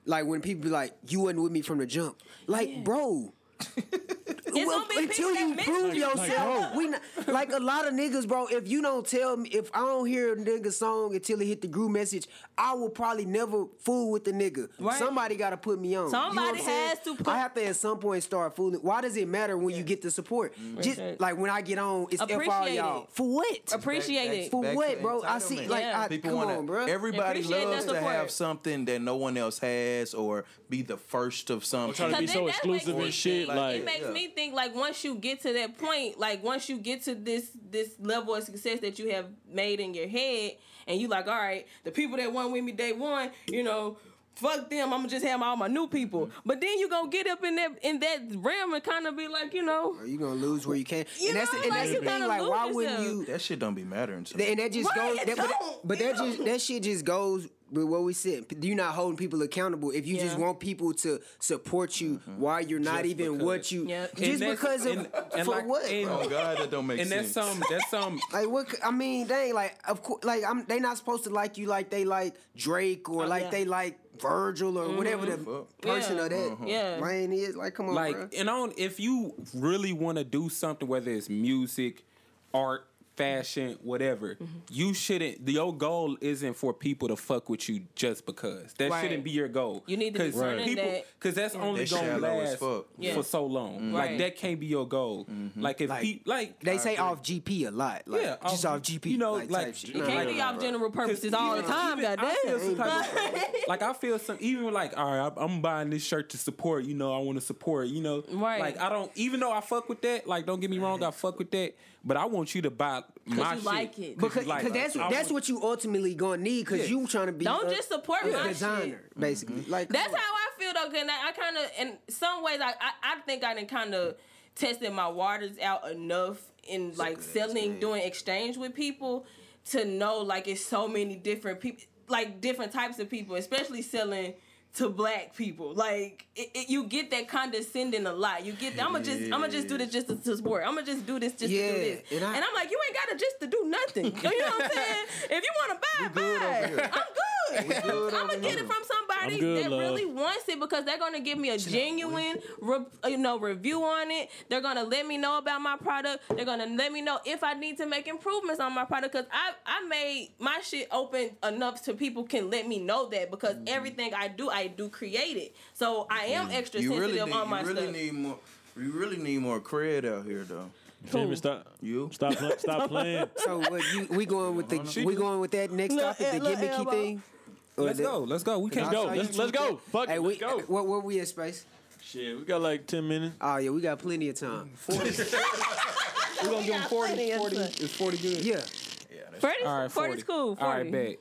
S2: like when people be like, "You wasn't with me from the jump," like, bro.
S3: It's
S2: well,
S3: gonna be
S2: until
S3: people that
S2: you
S3: miss
S2: prove
S3: you.
S2: yourself, we not, like a lot of niggas, bro. If you don't tell me, if I don't hear a nigga song until it hit the groove message, I will probably never fool with the nigga.
S3: Right.
S2: Somebody got to put me on. You know what I'm
S3: Somebody
S2: saying?
S3: has to put-
S2: I have to at some point start fooling. Why does it matter when you get the support? Just
S3: Appreciate it.
S2: like when I get on, it's F all
S3: Appreciate
S2: y'all
S3: it.
S2: for what?
S3: Appreciate
S1: Back-
S3: it.
S2: For
S1: back to
S2: what, bro? I see,
S1: entitlement.
S2: like,
S3: Yeah.
S2: I,
S1: People
S2: come
S1: wanna,
S2: on, bro.
S1: Everybody
S3: Appreciate
S1: loves
S3: that
S1: to have
S3: support.
S1: something that no one else has or be the first of something.
S5: trying to be
S3: Cause
S5: so
S3: then that
S5: exclusive
S3: makes me
S5: and shit.
S3: think-
S1: like-
S3: it makes
S1: Yeah.
S3: me think like once you get to that point, like once you get to this this level of success that you have made in your head, and you like, all right, the people that won with me day one, you know. Fuck them! I'm gonna just have all my new people. But then you gonna get up in that in that realm and kind of be like, you know,
S2: Or you gonna lose where you can't.
S3: You
S2: and that's
S3: know,
S2: the, and
S3: like,
S2: that's
S3: you
S2: the thing.
S3: gotta
S2: Like, why
S3: lose
S2: wouldn't
S3: yourself.
S2: you?
S1: That shit don't be mattering to
S2: Th-
S1: me.
S2: and that just
S3: Right,
S2: goes.
S3: it
S2: That, but
S3: don't,
S2: but
S3: it
S2: that just
S3: don't.
S2: that shit just goes with what we said. P- You're not holding people accountable if you just
S3: Yeah.
S2: want people to support you while you're not
S6: Mm-hmm. Just
S2: even what
S6: because.
S2: you
S3: Yep. And
S2: just
S6: that's-
S2: because of
S6: and- and
S2: for
S6: like-
S2: what.
S6: and-
S2: bro?
S1: oh God, that don't make
S6: And that's
S1: sense.
S6: some. That's some.
S2: Like what? c- I mean, dang. Like of course, like I'm. They not supposed to like you like they like Drake or
S3: Oh,
S2: like
S3: yeah.
S2: they like Virgil or whatever the
S1: Fuck.
S2: person
S3: Yeah.
S2: of that
S3: Yeah.
S2: man is. Like, come on,
S6: Mm-hmm. like
S2: bruh.
S6: and on if you really want to do something whether it's music art fashion whatever
S3: Mm-hmm.
S6: you shouldn't the- your goal isn't for people to fuck with you just because that
S3: Right.
S6: shouldn't be your goal
S3: You need to
S6: Cause
S3: determine that-
S6: because that's only
S1: They
S6: gonna
S1: shallow as
S6: last
S1: fuck.
S3: Yeah. Mm-hmm.
S6: for so long like
S3: Right.
S6: that can't be your goal like if
S2: Like-
S6: pe- like
S2: They say off GP a lot. Like,
S6: Yeah,
S2: just
S6: off-
S2: off GP.
S6: you know,
S2: like,
S6: like,
S2: type shit.
S6: you
S3: it
S6: Nah,
S3: can't
S6: nah,
S3: be off general purposes all the
S6: even-
S3: time.
S6: even I feel some
S3: Goddamn.
S6: type of- like I feel some even like all right, I'm- I'm buying this shirt to support. You know, I want to support. You know,
S3: Right.
S6: Like I don't even though I fuck with that. Like don't get me wrong, I fuck with that. But I want you to buy my
S3: you
S6: shit
S3: like it.
S6: you
S2: Because
S6: like
S2: cause
S6: it.
S2: that's
S6: I
S2: that's
S6: want-
S2: what you ultimately gonna need because
S6: Yeah. Mm-hmm.
S2: you trying to be
S3: Don't
S2: a-
S3: just support
S2: a
S3: my
S2: designer
S3: shit.
S2: basically. Like come
S3: That's
S2: on.
S3: how I feel though, 'cause I, I kind of, in some ways, I, I, I think I done kind of tested my waters out enough in like selling, doing exchange with people to know like it's so many different people, like different types of people, especially selling to black people. Like it, it, you get that condescending a lot. You get, I'm gonna just, I'm gonna just do this just to, to support. I'm gonna just do this just
S2: Yeah,
S3: to do this.
S2: and
S3: And,
S2: I-
S3: I, am like, you ain't gotta just to do nothing. you know what I'm saying? If you want to buy,
S1: good over
S3: buy.
S1: here.
S3: I'm good. I'm gonna get it from somebody
S5: I'm good,
S3: that
S5: love.
S3: really wants it because they're gonna give me a genuine, re- you know, review on it. They're gonna let me know about my product. They're gonna let me know if I need to make improvements on my product because I I made my shit open enough so people can let me know that because
S1: Mm-hmm.
S3: everything I do I do create it. So I am extra
S1: you
S3: sensitive
S1: really need,
S3: on my
S1: you really
S3: stuff.
S1: need more. You really need more cred out here, though.
S5: Feel me? Stop.
S1: You
S5: Stop. pla- Stop playing.
S2: So what you, we going with the we going with that next
S3: Lil'
S2: topic, the
S3: El- Lil'
S2: gimmicky
S3: Elbow.
S2: thing. Or
S6: Let's
S2: the-
S6: go. Let's go. We can't
S5: go.
S2: I saw you
S5: Let's- let's
S2: tweet
S5: go.
S2: that.
S5: Fuck it,
S2: Hey, we,
S5: let's go.
S2: What were we at space?
S5: Shit, we got like ten minutes.
S2: Oh yeah, we got plenty of time.
S6: We're gonna give him 40,
S3: funny,
S6: 40.
S3: that's
S6: It's forty good.
S2: Yeah,
S3: Forty,
S6: All right, 40.
S3: forty's cool. 40.
S6: All right, bet.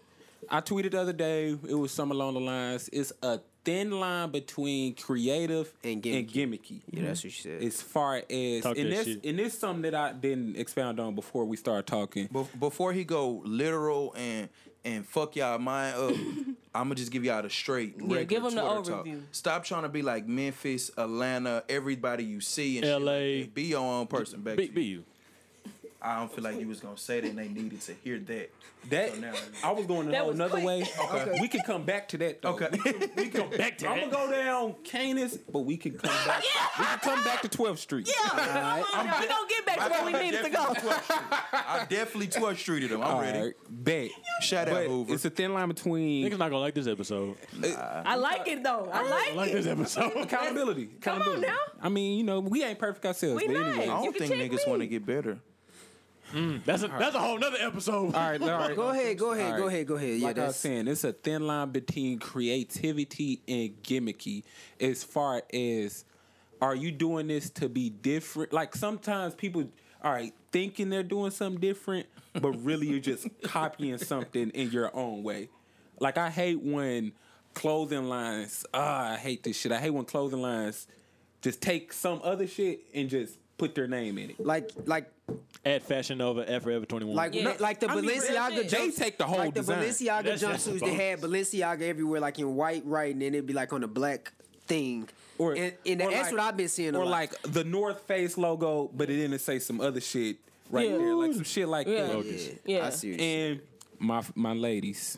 S6: I tweeted the other day. It was something along the lines. It's a thin line between creative
S2: And
S6: And gimmicky.
S2: yeah, that's what she said.
S6: as far as
S5: Talk
S6: and
S5: that
S6: this
S5: shit.
S6: and this something that I didn't expound on before we started talking.
S1: Bef- before he go literal and and fuck y'all mind up. I'ma just give y'all the straight. regular
S3: give 'em the
S1: Twitter
S3: overview.
S1: Stop trying to be like Memphis, Atlanta, everybody you see in shit like
S5: LA.
S1: that. Be your own person. Back
S5: Big
S1: to you.
S5: B.
S1: I don't feel like you was gonna say that, and they needed to hear that.
S6: That
S1: So now-
S6: I was going
S3: That
S6: to
S3: was
S6: another
S3: quick.
S6: way. Okay. We can come back to that
S3: Oh,
S6: though.
S1: Okay.
S6: we can
S5: Back to
S6: I'm
S5: that.
S6: gonna go down Canis, but we can come back. We can come back to 12th Street.
S3: Yeah, come on, now. we gonna get back to where we needed to go.
S1: I definitely tour streeted him. I'm
S6: All
S1: ready.
S6: right, bet.
S1: Shout out
S6: But
S1: Hoover.
S6: it's a thin line
S5: Niggas
S6: between
S5: not gonna like this episode.
S3: I like it though. I like,
S5: I like
S3: it.
S5: this episode.
S6: accountability.
S3: Come on
S6: accountability.
S3: now.
S6: I mean, you know, we ain't perfect ourselves.
S3: We
S6: but
S3: not.
S6: anyway.
S1: I
S3: You
S1: don't
S3: can
S1: think
S3: check
S1: niggas
S3: me.
S1: want to get better.
S5: That's a that's a whole nother episode.
S6: All right, all right.
S2: Go ahead, go ahead,
S6: All
S2: go
S6: right.
S2: ahead, go ahead. Yeah,
S6: like I was
S2: that's
S6: saying, it's a thin line between creativity and gimmicky. As far as are you doing this to be different? Like sometimes people, all right, thinking they're doing something different, but really you're just copying something in your own way. Like I hate when clothing lines. Ah, I hate this shit. I hate when clothing lines just take some other shit and just put their name in it.
S2: like like
S5: At Fashion Nova, at Forever Twenty One.
S2: like
S3: Yeah.
S2: no, like the
S6: I mean,
S2: Balenciaga
S3: real shit.
S6: They
S2: jumps-
S6: take the whole
S2: like the
S6: design.
S2: Balenciaga
S5: That's just
S2: jumpsuits they had Balenciaga everywhere like in white writing and it'd be like on a black thing. Or and, and
S6: or
S2: that's
S6: like-
S2: what I've been seeing.
S6: Or
S2: a lot.
S6: like the North Face logo, but it didn't say some other shit right
S3: Yeah.
S6: there, like some shit like
S3: Yeah. Oh,
S6: that.
S2: yeah,
S3: Yeah.
S2: I see. what you're
S6: And my my ladies,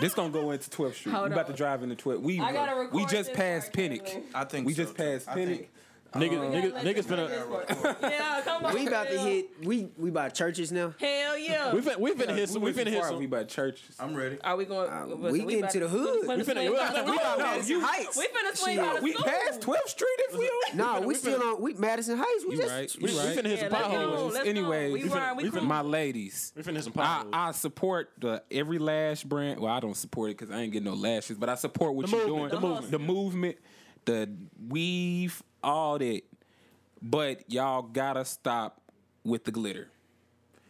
S6: this gonna go into 12th Street.
S3: Hold
S6: we about
S3: on.
S6: to drive into 12th. We
S3: I gotta record
S6: we just
S3: this
S6: passed
S3: part, Caitlin.
S6: Pinnock.
S1: I think
S6: we
S1: so,
S6: just
S1: too.
S6: passed
S1: I
S6: Pinnock.
S1: think-
S5: niggas,
S3: We
S5: niggas,
S3: gotta let
S5: niggas
S3: them
S5: finna.
S3: know this part. Yeah, come on.
S2: we about to
S3: girl.
S2: hit we we about churches now.
S3: Hell yeah.
S5: We finna, we finna hit some. We
S6: went too
S5: finna hit
S6: far, We
S5: some.
S6: by churches.
S1: I'm ready.
S3: Are we going?
S2: Uh, we getting
S3: about
S2: to the hood.
S3: We
S5: We finna-
S3: finna, swing by the
S5: we
S3: school.
S5: about-
S3: we
S2: Madison Heights.
S3: finna swing out of
S6: We
S3: school.
S6: passed 12th Street if we don't.
S2: Nah, we,
S5: we
S2: still
S5: finna-
S2: on we Madison Heights. We
S6: You
S2: just
S6: right.
S5: We, we
S6: You right.
S5: finna hit some
S3: Yeah, let's go.
S5: potholes.
S3: Let's go.
S6: Anyways,
S3: We run, we cruise.
S6: my ladies.
S5: We finna hit some
S6: I,
S5: potholes.
S6: I support the every lash brand. Well, I don't support it because I ain't getting no lashes, but I support what
S5: The
S6: you're
S5: movement,
S6: doing.
S5: the movement.
S6: the movement, the weave, all that. But y'all gotta stop with the glitter.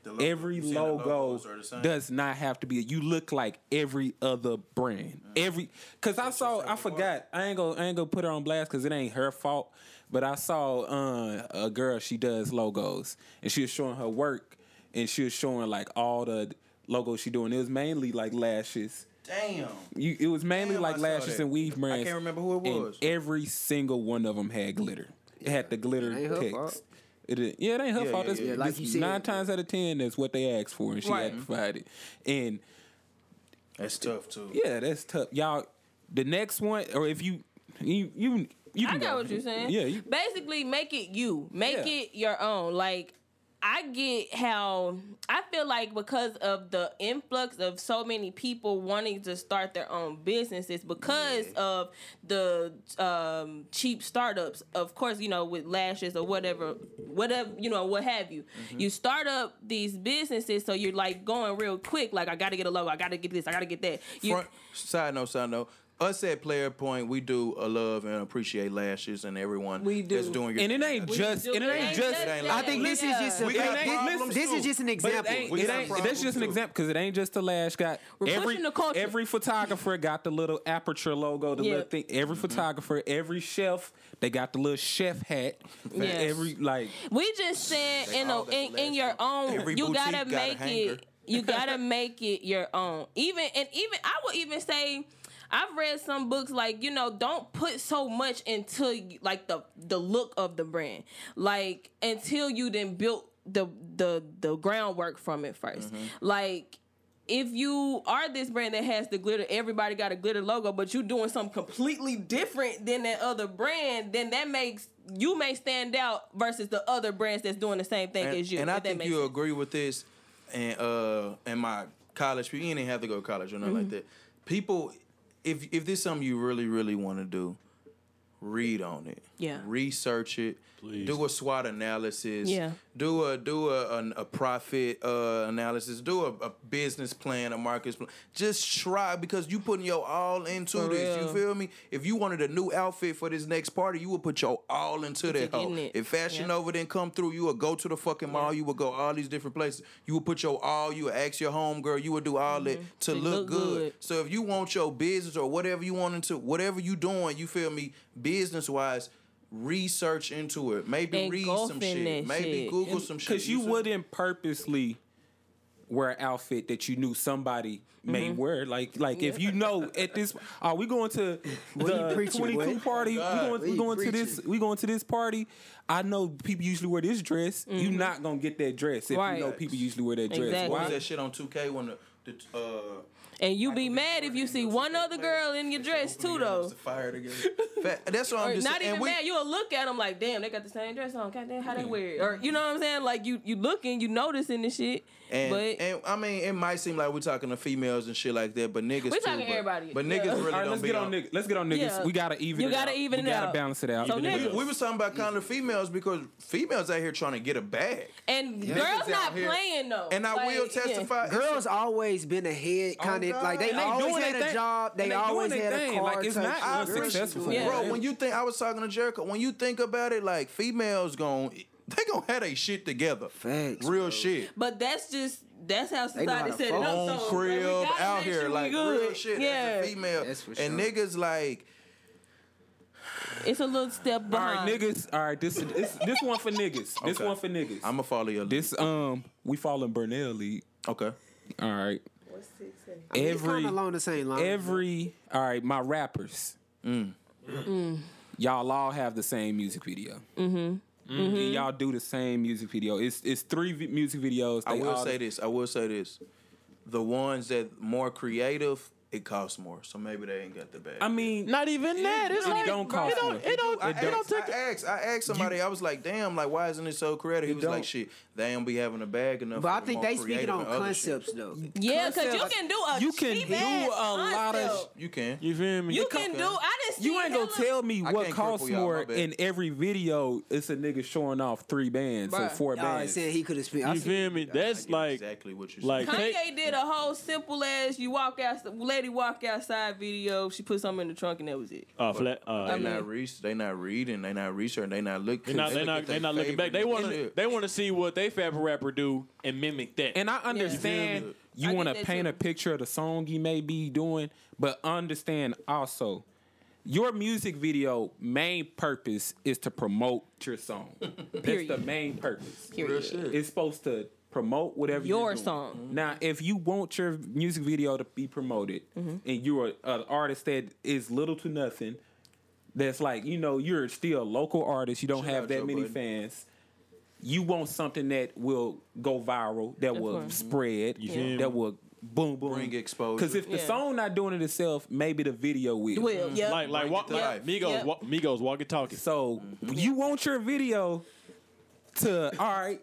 S1: The logo-
S6: Every
S1: you saying the
S6: logo
S1: logos are the same?
S6: does not have to be. You look like every other brand. Every because I saw I forgot. I ain't gonna I ain't gonna put her on blast because it ain't her fault. But I saw uh, a girl. She does logos, and she was showing her work, and she was showing like all the logos she doing. It was mainly like lashes.
S1: Damn.
S6: You, it was mainly
S1: Damn, I
S6: like
S1: saw
S6: lashes
S1: that.
S6: and weave brands.
S1: I can't remember who it
S6: and
S1: was.
S6: every single one of them had glitter. It had the glitter
S2: It ain't her
S6: text.
S2: fault.
S6: It, ain't- yeah, it ain't her
S1: Yeah,
S6: fault.
S1: yeah,
S6: That's
S1: yeah.
S2: Yeah, like
S6: this
S2: you said.
S6: nine times out of ten, that's what they asked for, and she
S3: Right.
S6: had provided. And
S1: That's tough too.
S6: yeah, that's tough, y'all. The next one, or if you, you, you, you
S3: I
S6: can
S3: got
S6: go.
S3: what you're saying.
S6: Yeah, you,
S3: Basically, make it you. Make
S6: Yeah.
S3: it your own. Like I get how I feel like because of the influx of so many people wanting to start their own businesses because of the um, cheap startups. Of course, you know with lashes or whatever, whatever you know, what have you.
S6: Mm-hmm.
S3: You start up these businesses, so you're like going real quick. Like I got to get a logo. I got to get this. I got to get that. You,
S1: Front, side note, side note. Us at Player Point, we do uh, love and appreciate lashes and everyone
S3: We do.
S1: that's doing your
S6: and it ain't
S3: We
S6: just,
S3: do-
S6: and it ain't just.
S1: It ain't
S2: I think this is
S3: Yeah.
S2: just a,
S1: We got
S2: this-
S1: problems
S2: this
S1: too.
S2: is just an
S6: But it
S2: example.
S6: ain't,
S1: We
S6: it
S1: got
S6: ain't
S1: problems
S6: that's just an
S1: too.
S6: example because it ain't just the lash got
S3: We're
S6: every
S3: pushing the culture.
S6: every photographer got the little aperture logo the
S3: Yeah. Mm-hmm.
S6: little thing every photographer every chef they got the little chef hat
S3: Yes.
S6: every like
S3: We just saying in a,
S1: all got
S3: in,
S1: the
S3: in your
S1: last
S3: own.
S1: name. Every
S3: you
S1: boutique
S3: gotta
S1: got a
S3: make
S1: hanger.
S3: it. You gotta make it your own. Even and even I would even say. I've read some books like you know don't put so much into like the the look of the brand like until you then built the the the groundwork from it 1st
S1: Mm-hmm.
S3: like if you are this brand that has the glitter, everybody got a glitter logo, but you doing something completely different than that other brand, then that makes you may stand out versus the other brands that's doing the same thing
S1: and,
S3: as you.
S1: and I
S3: if that
S1: think
S3: makes
S1: you
S3: sense.
S1: agree with this, and uh, and my college people, you didn't have to go to college or
S3: Mm-hmm.
S1: nothing like that. People, if if this is something you really really want to do, read on it.
S3: Yeah.
S1: Research it.
S5: Please.
S1: Do a SWOT analysis.
S3: Yeah.
S1: Do a do a an, a profit uh, analysis. Do a, a business plan, a market plan. Just try because you putting your all into
S3: For
S1: this.
S3: real.
S1: You feel me? If you wanted a new outfit for this next party, you would put your all into that
S3: getting
S1: hoe.
S3: it.
S1: If Fashion
S3: Yeah.
S1: Nova didn't come through, you would go to the fucking mall. You would go all these different places. You would put your all. You would ask your homegirl. You would do all that to
S3: Mm-hmm. To
S1: look,
S3: look
S1: good.
S3: good.
S1: So if you want your business or whatever you want into whatever you doing, you feel me, business wise, research into it. Maybe
S3: And
S1: read
S3: go
S1: some
S3: fin
S1: shit.
S3: that
S1: Maybe
S3: shit.
S1: Google some shit.
S6: because you
S1: feel-
S6: wouldn't purposely wear an outfit that you knew somebody may
S3: Mm-hmm.
S6: wear like like if you know at this are we going to
S2: What
S6: the
S2: you preaching,
S6: 22
S2: boy?
S6: party
S1: God.
S6: we going,
S2: What
S6: we
S2: you
S6: going to this
S2: preaching?
S6: we going to this party i know people usually wear this dress you're not going to get that dress if
S3: Mm-hmm. Right.
S6: you know people usually wear that dress
S3: Exactly.
S1: What
S6: Why?
S1: was that shit on 2K when the, the uh
S3: and you
S1: Michael B.
S3: be mad if
S1: Jordan
S3: you
S1: and
S3: see
S1: those
S3: one
S1: big
S3: other
S1: players,
S3: girl in your
S1: they
S3: dress
S1: open their
S3: too
S1: arms
S3: though.
S1: to Fire together. Fact- That's what I'm
S3: Or
S1: just
S3: not
S1: saying.
S3: even
S1: And we-
S3: mad. You'll look at them like, damn, they got the same dress on. God damn, how they wear it? Or you know what I'm saying? Like you, you looking, you noticing this shit.
S1: And,
S3: but
S1: and I mean, it might seem like we're talking to females and shit like that, but niggas.
S3: We
S1: too,
S3: talking
S1: but,
S3: everybody.
S1: But
S3: Yeah.
S1: niggas really
S6: All right,
S1: don't
S6: let's
S1: be
S6: get on
S1: on
S6: niggas. Let's get on niggas.
S3: Yeah.
S6: We gotta even.
S3: You
S6: it
S3: gotta
S6: out.
S3: even
S6: We
S3: it
S6: gotta
S3: out.
S6: balance it out.
S3: So Even it
S1: We,
S3: niggas-
S1: we was talking about kind of females because females out here trying to get a bag.
S3: and
S1: Niggas
S3: girls
S1: out
S3: not
S1: here-
S3: playing though.
S1: And I
S3: Like,
S1: will
S3: yeah.
S1: testify.
S2: Girls always been ahead,
S6: Oh,
S2: kind of
S1: God.
S2: like they,
S1: And they
S2: always
S6: doing
S2: had
S6: their
S2: a
S6: thing.
S2: job. They,
S6: And they
S2: always
S6: doing their
S2: had a
S6: thing.
S2: car.
S6: Like, it's not
S2: touch.
S1: agree.
S6: unsuccessful.
S3: Yeah.
S1: Bro, when you think I was talking to Jericho, when you think about it, like females gon' they gonna have they shit together.
S2: Facts,
S1: Real shit.
S3: But that's just that's how
S2: know how
S3: society
S2: to
S3: set it
S2: fuck.
S3: up.
S1: Home
S3: So
S1: crib
S3: we gotta
S1: out
S3: make
S1: here,
S3: sure we
S1: like
S3: good.
S1: real shit.
S3: Yeah,
S1: As a female,
S2: That's for
S1: and
S2: sure.
S1: niggas like
S3: it's a little step
S6: All right,
S3: behind.
S6: niggas. All right, this this this one for niggas. This
S1: Okay.
S6: one for niggas.
S1: I'm gonna follow your lead.
S6: this um, we following Burnell lead.
S1: Okay.
S6: All right,
S2: every
S6: every
S2: along the same line.
S6: every. All right, my rappers.
S1: Mm.
S5: Mm.
S6: Y'all all have the same music video. Mm-hmm. And y'all do the same music video. It's it's three vi- music videos.
S1: I
S6: They
S1: will
S6: all-
S1: say this. I will say this. The ones that more creative, it costs more. So maybe they ain't got the bag.
S6: I mean,
S5: Not even that. It's
S6: it
S5: like
S6: don't cost
S5: it don't,
S6: much.
S5: it don't,
S1: I,
S5: it don't
S1: asked,
S5: take.
S1: I asked. I asked somebody. I was like, "Damn! Like, why isn't it so creative?" He was
S6: don't.
S1: like, "Shit, they don't be having a bag enough."
S2: but
S1: for
S2: I
S1: the
S2: think
S1: more
S2: they speaking
S1: creative
S2: on
S1: and other shit.
S2: concepts though.
S3: yeah, because you
S6: concept.
S3: can do a
S6: You can
S3: cheap
S6: do
S3: ass
S6: a lot of
S3: concept.
S1: You can.
S5: You feel me?
S3: you can do. I didn't see
S6: You ain't gonna
S3: hella-
S6: tell me
S1: I
S6: what
S1: can't
S6: costs
S1: cripple y'all,
S6: more
S1: my bad.
S6: in every video. It's a nigga showing off three bands or
S3: Bruh.
S6: four
S2: Y'all ain't
S6: bands.
S2: saying he could have
S5: You
S2: spent.
S5: feel me? That's like
S1: exactly what you
S5: like
S3: Kanye did a whole simple as you walk out, ladies lady walk outside video. She put something in the trunk and that was it.
S5: Uh, flat.
S1: They
S5: Uh,
S3: mean-
S1: not re- they not reading, they not researching, they not
S5: they
S1: looking.
S5: not, they
S1: look
S5: not,
S1: at
S5: they
S1: their
S5: not looking back. They
S1: favorite
S5: want to,
S1: nigga.
S5: they want to see what they favorite rapper do and mimic that.
S6: And I understand
S1: You feel me?
S3: I
S6: you
S3: get
S6: want to
S3: that
S6: paint
S3: too.
S6: a picture of the song you may be doing, but understand also your music video main purpose is to promote your song. That's the
S3: Period.
S6: main purpose.
S1: Real
S3: Period.
S1: shit.
S6: It's supposed to promote whatever you're
S3: Mm. Your
S6: doing.
S3: song.
S6: Now, if you want your music video to be promoted,
S3: Mm-hmm.
S6: and you're a- an artist that is little to nothing, that's like you know you're still a local artist. You don't
S1: Shout
S6: have
S1: out
S6: that
S1: Joe
S6: many
S1: Budden.
S6: fans. You want something that will go viral, that
S3: Of
S6: will
S3: course.
S6: spread,
S5: You feel me?
S6: that will boom boom
S1: Bring exposure.
S6: Because if the
S3: Yeah.
S6: song not doing it itself, maybe the video will.
S3: Well, yeah.
S5: like, like,
S1: Bring
S5: walk,
S1: it to
S5: like
S1: life.
S5: Migos,
S3: Yep.
S5: walk, Migos, walk it, talk it.
S6: So you want your video to all right.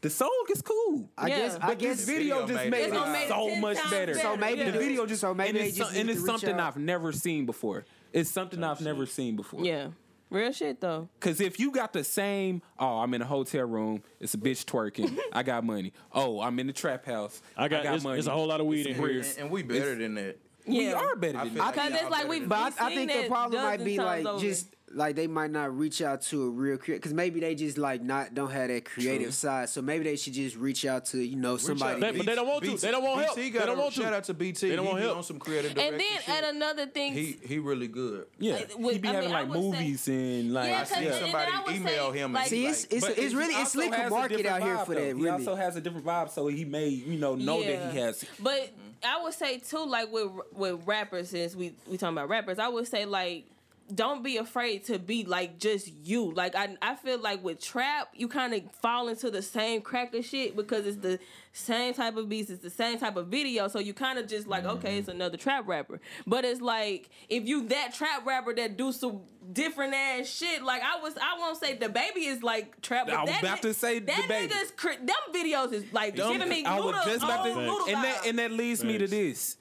S6: The song is cool.
S2: I
S3: Yeah.
S2: guess. I
S1: But
S2: guess.
S1: this video
S6: video
S1: made
S6: just
S1: it
S6: made
S1: It's gonna
S6: it
S1: make it
S6: so
S3: 10
S6: much
S3: times
S6: better.
S3: better.
S2: So maybe
S3: Yeah.
S2: the video just. So maybe
S6: and
S2: they
S6: it's,
S2: just
S6: and
S2: need
S6: it's
S2: to reach
S6: something
S2: out.
S6: I've never seen before. It's something I've never seen before.
S3: yeah. Real shit though.
S6: Cause if you got the same, oh, I'm in a hotel room. It's a bitch twerking. I got money. Oh, I'm in the trap house.
S5: I got, it's,
S6: money.
S5: it's a whole lot of weed in
S6: It's
S5: here.
S1: And, and we better than that.
S3: Yeah.
S6: We are better
S1: I
S6: than
S1: feel
S6: that.
S1: like
S3: Because
S1: y'all
S3: it's like
S1: better
S3: we-
S1: than
S3: But
S1: that.
S2: But I, I
S3: seen
S2: think
S3: that
S2: the problem might
S3: dozens
S2: be
S3: times
S2: like
S3: over.
S2: just like they might not reach out to a real creative because maybe they just like not don't have that creative side. So maybe they should just reach out to you know somebody.
S5: They- but they don't want to. They don't want help.
S1: BT
S5: They don't
S1: gotta-
S5: want to.
S1: Shout out to BT.
S5: They don't
S1: He
S5: want
S1: be
S5: help.
S1: on some creative
S3: And
S1: director
S3: then
S1: shit.
S3: at another thing,
S1: he he really good.
S6: Yeah,
S3: Like, would-
S6: he be
S3: I mean,
S6: having
S3: I
S6: like
S3: would say-
S6: movies and like.
S3: Yeah, 'cause-
S1: I seen
S3: and then
S1: somebody
S3: I would
S1: email
S3: say,
S1: him and
S3: like-
S1: he
S2: See, it's
S1: like-
S2: it's,
S6: But
S2: it's
S6: he
S2: really it's
S6: also
S2: slick
S6: has a
S2: market out
S6: different
S2: here
S6: vibe,
S2: for
S6: though.
S2: that.
S6: He
S2: Really,
S6: also has a different vibe, so he may you know know
S3: Yeah.
S6: that he has.
S3: But I would say too, like with with rappers, since we we talking about rappers, I would say like. Don't be afraid to be like just you. Like I, I feel like with trap, you kind of fall into the same cracker shit because it's the same type of beats, it's the same type of video. So you kind of just like, okay,
S6: Mm-hmm.
S3: it's another trap rapper. But it's like if you that trap rapper that do some different ass shit, like I was, I won't say the baby is like trap. but
S6: I was
S3: that
S6: about
S3: ni-
S6: to say
S3: that
S6: DaBaby.
S3: nigga's cr- them videos is like giving me Oh,
S6: I was
S3: Luda's
S6: just about to,
S3: own Luda
S6: and that
S3: vibes.
S6: and that leads me to
S5: Thanks.
S6: this.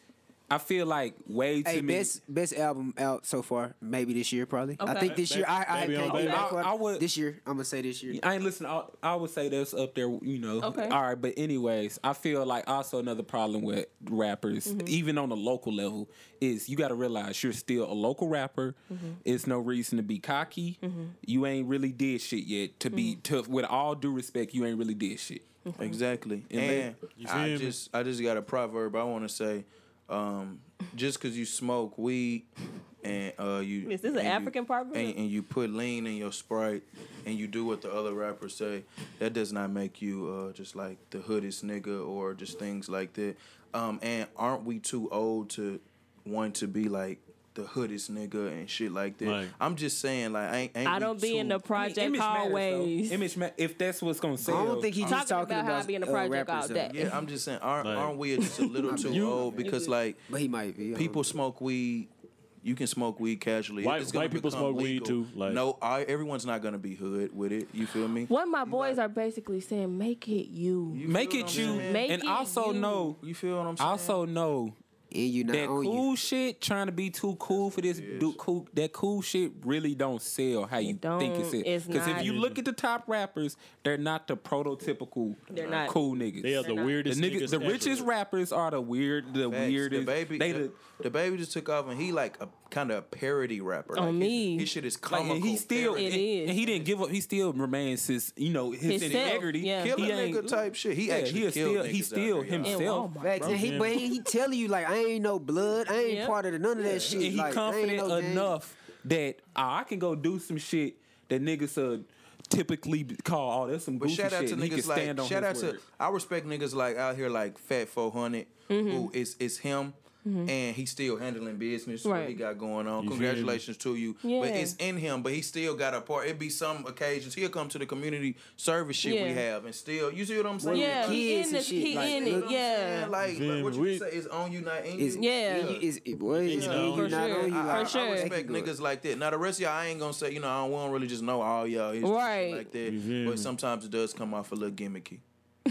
S6: I feel like way too
S2: hey,
S6: many.
S2: best best album out so far. Maybe this year, probably. I
S3: Okay.
S2: think this year. I, I
S5: Baby
S2: can't
S5: on
S2: do
S5: Baby.
S2: that.
S6: I- I would-
S2: this year. I'm gonna say this year.
S6: I ain't listen. I, I would say that's up there, you know.
S3: Okay.
S6: All right, but anyways, I feel like also another problem with rappers,
S3: Mm-hmm.
S6: even on the local level, is you got to realize you're still a local rapper.
S3: Mm-hmm.
S6: It's no reason to be cocky. You ain't really did shit yet. To be
S3: Mm-hmm.
S6: tough, with all due respect, you ain't really did shit.
S1: Exactly.
S6: then-
S1: And
S5: You feel
S1: I
S5: me?
S1: just I just got a proverb I want to say. Um, just because you smoke weed and uh, you
S3: Is this an
S1: and you-
S3: African proverb?
S1: and, and you put lean in your sprite and you do what the other rappers say, that does not make you uh, just like the hoodest nigga or just things like that. Um, and aren't we too old to want to be like the hoodest nigga and shit like that?
S5: Right.
S1: I'm just saying like ain't, ain't
S3: I
S1: we
S3: don't be
S1: too-
S3: in the
S6: I mean,
S3: project
S6: image matters, though.
S3: hallways.
S6: Image, ma- if that's what's gonna sell.
S2: I don't think he's
S3: Talking
S2: just talking
S3: about
S2: about,
S3: how I be in the
S2: uh,
S3: project all
S2: rappers, though.
S3: day.
S1: yeah. I'm just saying aren't
S5: Like-
S1: aren't we just a little too
S5: You-
S1: old because like
S2: But he might be. uh, I don't
S1: people
S2: know.
S1: smoke weed. You can smoke weed casually.
S5: Um, White-
S1: It's gonna
S5: white people
S1: become
S5: smoke weed,
S1: legal.
S5: too, like-
S1: no, I, everyone's not gonna be hood with it. You feel me?
S3: What my boys are basically saying, make it you.
S1: You
S6: make
S1: feel
S6: it
S1: what
S6: you,
S1: I'm saying?
S3: Make
S6: and
S3: it
S6: also
S3: you.
S6: know,
S1: You feel what I'm saying?
S6: also know
S2: and you not
S6: that
S1: oh,
S2: own
S6: cool
S2: you.
S6: shit trying to be too cool for this dude cool that cool shit really don't sell how you think it
S3: don't- it's
S6: sells. Because if
S3: not.
S6: you look at the top rappers, they're not the prototypical
S3: They're not.
S6: cool niggas.
S5: They are the
S3: not.
S6: the
S5: weirdest
S6: niggas,
S5: niggas.
S6: the richest
S5: ever.
S6: rappers are the weird, the
S1: Facts.
S6: weirdest.
S1: The baby,
S6: they
S1: the,
S6: the,
S1: the baby just took off, and he like a kind of a parody rapper.
S3: On
S1: like, his-
S3: me.
S1: his, shit is
S6: like,
S1: comical.
S6: and he still,
S1: parody.
S3: It
S6: and,
S3: is.
S6: and he didn't give up. He still remains his, you know, his
S3: Himself,
S6: integrity.
S3: yeah.
S1: kill
S6: He
S1: a
S6: ain't-
S1: nigga type shit. He
S6: yeah,
S1: actually
S6: he is
S1: killed
S6: still,
S1: niggas
S6: he's
S1: out
S6: still
S1: here, y'all.
S3: him.
S6: himself.
S3: Walmart.
S2: Facts, and
S5: Yeah.
S2: he, but he, he telling you like I ain't no blood, I ain't
S3: Yeah.
S2: part of the, none of that shit.
S6: and he
S2: like, I ain't
S6: confident
S2: no gang.
S6: enough that oh, I can go do some shit that niggas uh, typically call oh that's some
S1: But
S6: goofy
S1: shout out
S6: shit.
S1: to
S6: and he can
S1: niggas
S6: stand
S1: like
S6: on
S1: shout out
S6: his
S1: to
S6: word.
S1: I respect niggas like out here like Fat Four Hundred, who is is him. And he's still handling business, what he
S3: Right.
S1: got going on.
S5: You feel me?
S1: Congratulations to you. But
S3: Yeah.
S1: it's in him, but he still got a part. It'd be some occasions. He'll come to the community service shit
S3: Yeah.
S1: we have and still, you see what I'm saying?
S3: Yeah, he
S2: kids
S3: in
S2: and
S3: this,
S2: shit,
S3: he
S2: like,
S3: in
S2: you know
S3: it.
S2: what
S1: You know what I'm
S3: Yeah.
S1: saying? Like,
S5: Feel me?
S1: what you
S5: We-
S1: say is on you, not in
S2: Is,
S1: you.
S3: Yeah.
S2: is, is, it was
S5: You know.
S2: you
S5: For
S2: not
S3: sure.
S2: on you.
S1: I, I-
S2: like,
S1: I
S3: For sure.
S1: respect niggas like that. Now the rest of y'all, I ain't gonna say you know I don't, we don't really just know all y'all history shit
S3: Right.
S1: like
S5: You
S1: that.
S5: feel me?
S1: But sometimes it does come off a little gimmicky.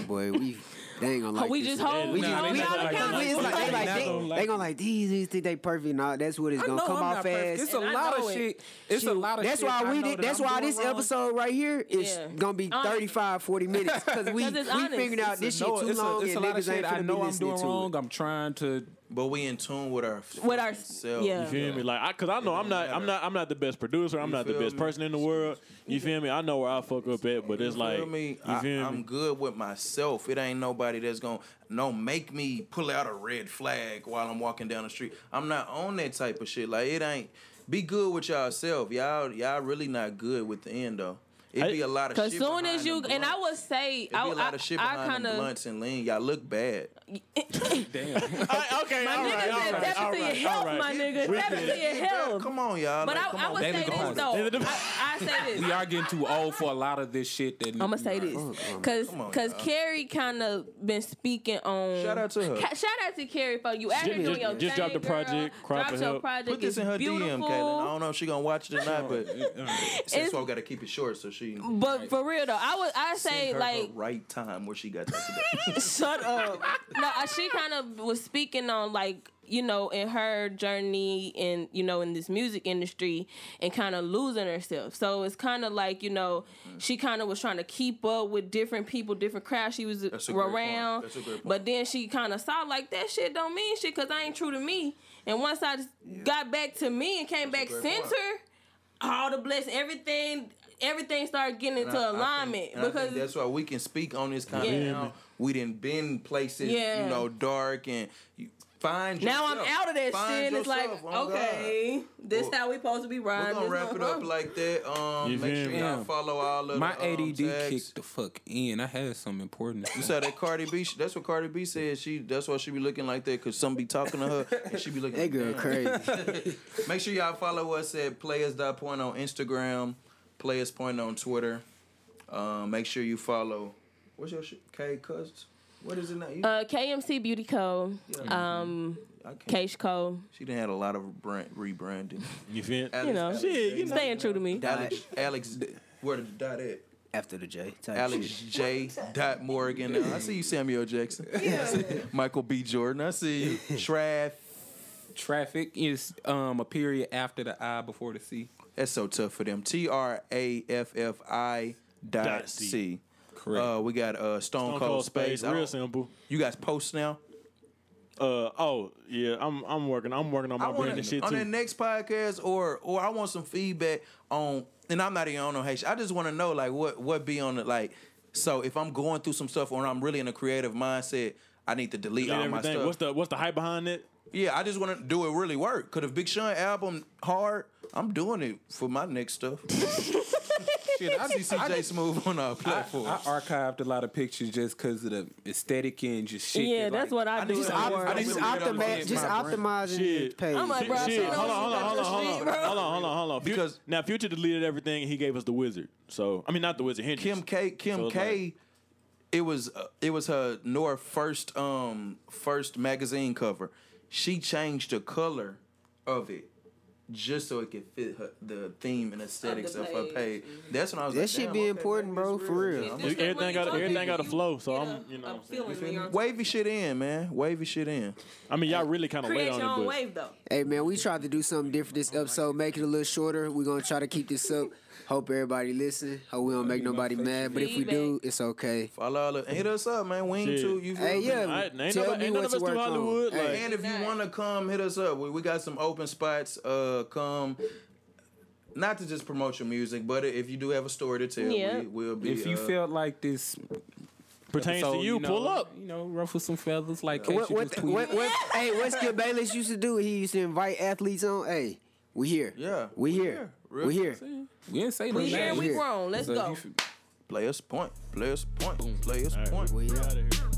S2: Boy, we they ain't gonna like
S3: we
S2: this
S3: just
S2: shit.
S3: hold-
S2: Oh, We
S3: Nah,
S2: just
S3: they
S2: we
S3: not
S2: all
S3: gonna
S2: accountable.
S3: like
S2: It's
S3: this.
S2: like they
S3: They
S2: like
S3: not
S2: they,
S6: gonna like
S2: they gonna like these these think they perfect. Nah, that's what it's
S6: I
S2: gonna
S6: know
S2: come
S6: I'm
S2: off
S6: not perfect.
S2: as.
S6: It's a
S3: And I
S6: lot
S3: know
S6: of
S3: it.
S6: shit. It's a
S2: Shoot,
S6: lot of
S2: that's
S6: shit.
S2: why
S6: I
S2: we
S6: know
S2: did.
S6: that
S2: That's
S6: I'm
S2: why
S6: doing
S2: this
S6: wrong.
S2: episode right here is
S3: Yeah.
S2: gonna be
S3: Honest.
S2: 35, 40 minutes because we
S3: 'Cause it's
S2: we
S3: honest.
S2: figured out
S6: It's
S2: this
S6: a
S2: shit
S6: no-
S2: too
S6: it's a-
S2: long
S6: it's a
S2: and
S6: lot of
S2: niggas
S6: shit
S2: ain't
S6: I
S2: finna be
S6: know I'm doing
S2: listening to
S6: wrong.
S2: it.
S6: I'm trying to
S1: But we in tune with our
S3: With our-
S1: fucking self.
S5: You
S3: yeah.
S5: feel me? Like, I, cause I know I'm not, I'm not, I'm not the best producer. I'm
S1: You
S5: not the
S1: feel
S5: best
S1: me?
S5: person in the world. You feel me? I know where I fuck up at, but it's
S1: You feel
S5: like,
S1: me?
S5: you
S1: I,
S5: feel
S1: I'm
S5: me?
S1: good with myself. It ain't nobody that's gonna no make me pull out a red flag while I'm walking down the street. I'm not on that type of shit. Like it ain't. Be good with yourself. Y'all, y'all really not good with the end though. It
S5: I-
S1: be a lot of.
S3: Cause
S1: shit
S3: soon
S1: behind
S3: as you
S1: them
S3: and I
S1: blunts.
S3: would say
S1: It be
S3: I,
S1: a lot
S3: I,
S1: of shit
S3: I
S1: behind
S3: kind
S1: them
S3: of
S1: blunts and lean. Y'all look bad.
S5: I- okay, all right, all
S3: niggas is
S5: right, all
S3: definitely
S5: right,
S3: health,
S5: all right.
S3: my nigga. Definitely health.
S1: Come on, y'all.
S3: But
S1: Like,
S3: I,
S1: come
S3: I
S1: on.
S3: would
S6: David
S3: say this
S6: Carter.
S3: though.
S5: David-
S3: I, I say this.
S6: We are getting too old for a lot of this shit. That
S3: I'm gonna say
S1: Uh,
S3: this because
S1: Come on,
S3: because
S1: y'all.
S3: Carrie kind of been speaking on.
S1: Shout out to her.
S3: Ca- shout out to Carrie for you. Out here
S5: Just-
S3: doing your
S5: just
S3: thing,
S5: dropped the
S3: girl.
S5: project, Cry
S3: Dropped
S5: for
S3: your
S5: Help.
S3: project.
S1: Put this
S3: It's
S1: in her DM,
S3: beautiful.
S1: Caitlin. I don't know if she gonna watch it or not, but since
S3: It's-
S1: so I gotta keep it short, so she
S3: But for real though, I would I
S1: send
S3: say
S1: her
S3: like
S1: her right time where she got that today.
S3: Shut up. no, uh, she kind of was speaking on like you know in her journey in you know in this music industry and kind of losing herself. So it's kind of like you know
S1: Mm.
S3: she kind of was trying to keep up with different people, different crowds she was
S1: That's a great point.
S3: around.
S1: That's a great point.
S3: But then she kind of saw like that shit don't mean shit because I ain't true to me. And once I just got back to me and came
S1: That's a
S3: back
S1: great
S3: center,
S1: point.
S3: all the blessing, everything, everything started getting into
S1: And I- I think-
S3: alignment
S1: and I think
S3: because
S1: that's why we can speak on this kind
S3: Yeah.
S1: of now. We didn't been places,
S3: Yeah.
S1: you know, dark and you find
S3: Now I'm
S1: yourself.
S3: out of that
S1: Find
S3: shit. It's like,
S1: yourself, oh God.
S3: okay, this
S1: Well,
S3: how we supposed to be riding.
S1: We're gonna
S3: this
S1: wrap it up
S3: motherfucker.
S1: like that. Um,
S5: You
S1: make
S5: feel
S1: sure
S5: me?
S1: y'all follow all of
S6: My
S1: the, um,
S6: ADD
S1: tags.
S6: kicked the fuck in. I had some important.
S1: You saw that Cardi B? she- That's what Cardi B said. She that's why she be looking like that because some be talking to her and she be looking. like,
S2: That girl
S1: "Damn."
S2: crazy.
S1: Make sure y'all follow us at players.point on Instagram, players point on Twitter. Um, make sure you follow. What's your shit? K Cuz? What is it now? You,
S3: Uh, KMC Beauty Co. Um,
S1: I can't-
S3: Cage Co.
S1: She done had a lot of brand, rebranding.
S5: You feel me?
S1: Alex,
S3: You know,
S1: Alex,
S5: Shit, you know.
S3: staying true to me.
S1: Alex, Alex, where did the dot at?
S2: After the J. Type
S1: Alex
S2: shit.
S1: J. Dot Morgan. I see you, Samuel Jackson. Michael B. Jordan. I see you. Trav.
S6: Traffic is um a period after the I before the C.
S1: That's so tough for them. T R A F F I dot
S5: Dot C.
S1: C.
S6: Correct.
S1: Uh, we got uh, Stone,
S5: Don't
S1: Cold,
S5: call
S1: Space.
S5: space.
S1: I
S5: Real
S1: don't-
S5: simple.
S1: You guys post now.
S5: Uh oh yeah, I'm I'm working. I'm working on
S1: I
S5: my
S1: want
S5: brand and shit
S1: on that
S5: too.
S1: next podcast, or or I want some feedback on. And I'm not even on no hate. shit. I just want to know like what what be on it like. So if I'm going through some stuff, or I'm really in a creative mindset, I need to delete,
S5: Did
S1: all my
S5: everything.
S1: stuff.
S5: What's the what's the hype behind it?
S1: yeah, I just want to do it really work. Cause if Big Sean album hard, I'm doing it for my next stuff. Shit, I see CJ Smooth on our
S6: I, I
S1: platform.
S6: archived a lot of pictures just because of the aesthetic and just shit.
S3: yeah,
S6: that, like,
S3: that's what I,
S1: I
S3: do.
S1: just-
S3: in the
S1: I- I
S3: world.
S1: just-
S2: Just,
S1: I'm gonna get
S2: optimize,
S1: my
S2: just
S1: brain.
S2: optimizing the
S5: Shit.
S2: page.
S3: I'm like, bro,
S5: Shit,
S3: she knows
S5: hold on,
S3: she
S5: hold on,
S3: got
S5: hold
S3: the
S5: on, hold
S3: street,
S5: on,
S3: bro.
S5: hold on, hold on, hold on.
S1: Because-
S5: Because now Future deleted everything and he gave us the Wizard. So I mean, not the Wizard, Hendrix.
S1: Kim K. Kim
S5: So it's
S1: K.
S5: like-
S1: it was uh, it was her Nora first um first magazine cover. She changed the color of it just so it could fit her, the theme and aesthetics of, her
S3: page.
S1: page. That's when I was
S2: That
S1: like,
S2: shit
S1: damn,
S2: be
S1: okay,
S2: important,
S1: maybe
S2: bro,
S1: it's
S2: for
S1: I'm
S2: real.
S3: This
S1: like,
S3: is when
S5: everything
S3: you
S5: got-
S3: talk to
S5: everything got a
S3: people,
S5: flow, so
S3: get
S5: I'm-
S3: a-
S5: you know
S3: a
S5: what I'm saying.
S3: feeling when you're on
S1: Wavy shit in, man. Wavy shit in.
S5: I mean, y'all really kind
S3: top.
S5: of late
S3: Create
S5: on
S3: your own
S5: it,
S3: wave though.
S2: Hey man, we tried to do something different this episode. Make it a little shorter. We're gonna try to keep this up. Hope everybody listen. Hope we don't make nobody mad. But if we do, it's okay.
S1: Follow all of, hit us up, man. Wing
S5: Shit.
S1: two, you feel
S2: Hey
S1: me?
S5: but
S2: yeah,
S5: I- ain't
S2: tell
S5: nobody-
S2: me
S5: ain't none
S2: what
S5: of
S2: to
S5: us through
S2: work
S5: Hollywood,
S2: on. Hey,
S5: like-
S1: And if you
S3: Exactly.
S1: want to come, hit us up. We, we got some open spots. Uh, come. Not to just promote your music, but if you do have a story to tell,
S3: Yeah.
S1: we, we'll be.
S6: If you
S1: uh,
S6: felt like this
S5: Pertains
S6: episode,
S5: to you,
S6: know,
S5: pull up.
S6: You know, ruffle some feathers like
S2: what,
S6: Casey was
S2: what,
S6: tweeting.
S2: what, what, hey, what Skip Bayless used to do? He used to invite athletes on. Hey, we here.
S1: Yeah,
S2: we
S1: we
S2: here.
S1: here. Real
S2: We here.
S6: We didn't say no
S3: We
S6: names.
S3: here, we
S2: Yeah.
S3: grown. Let's
S6: So
S3: go.
S6: you should-
S1: Players point. Players point. Players point.
S5: but we out of here.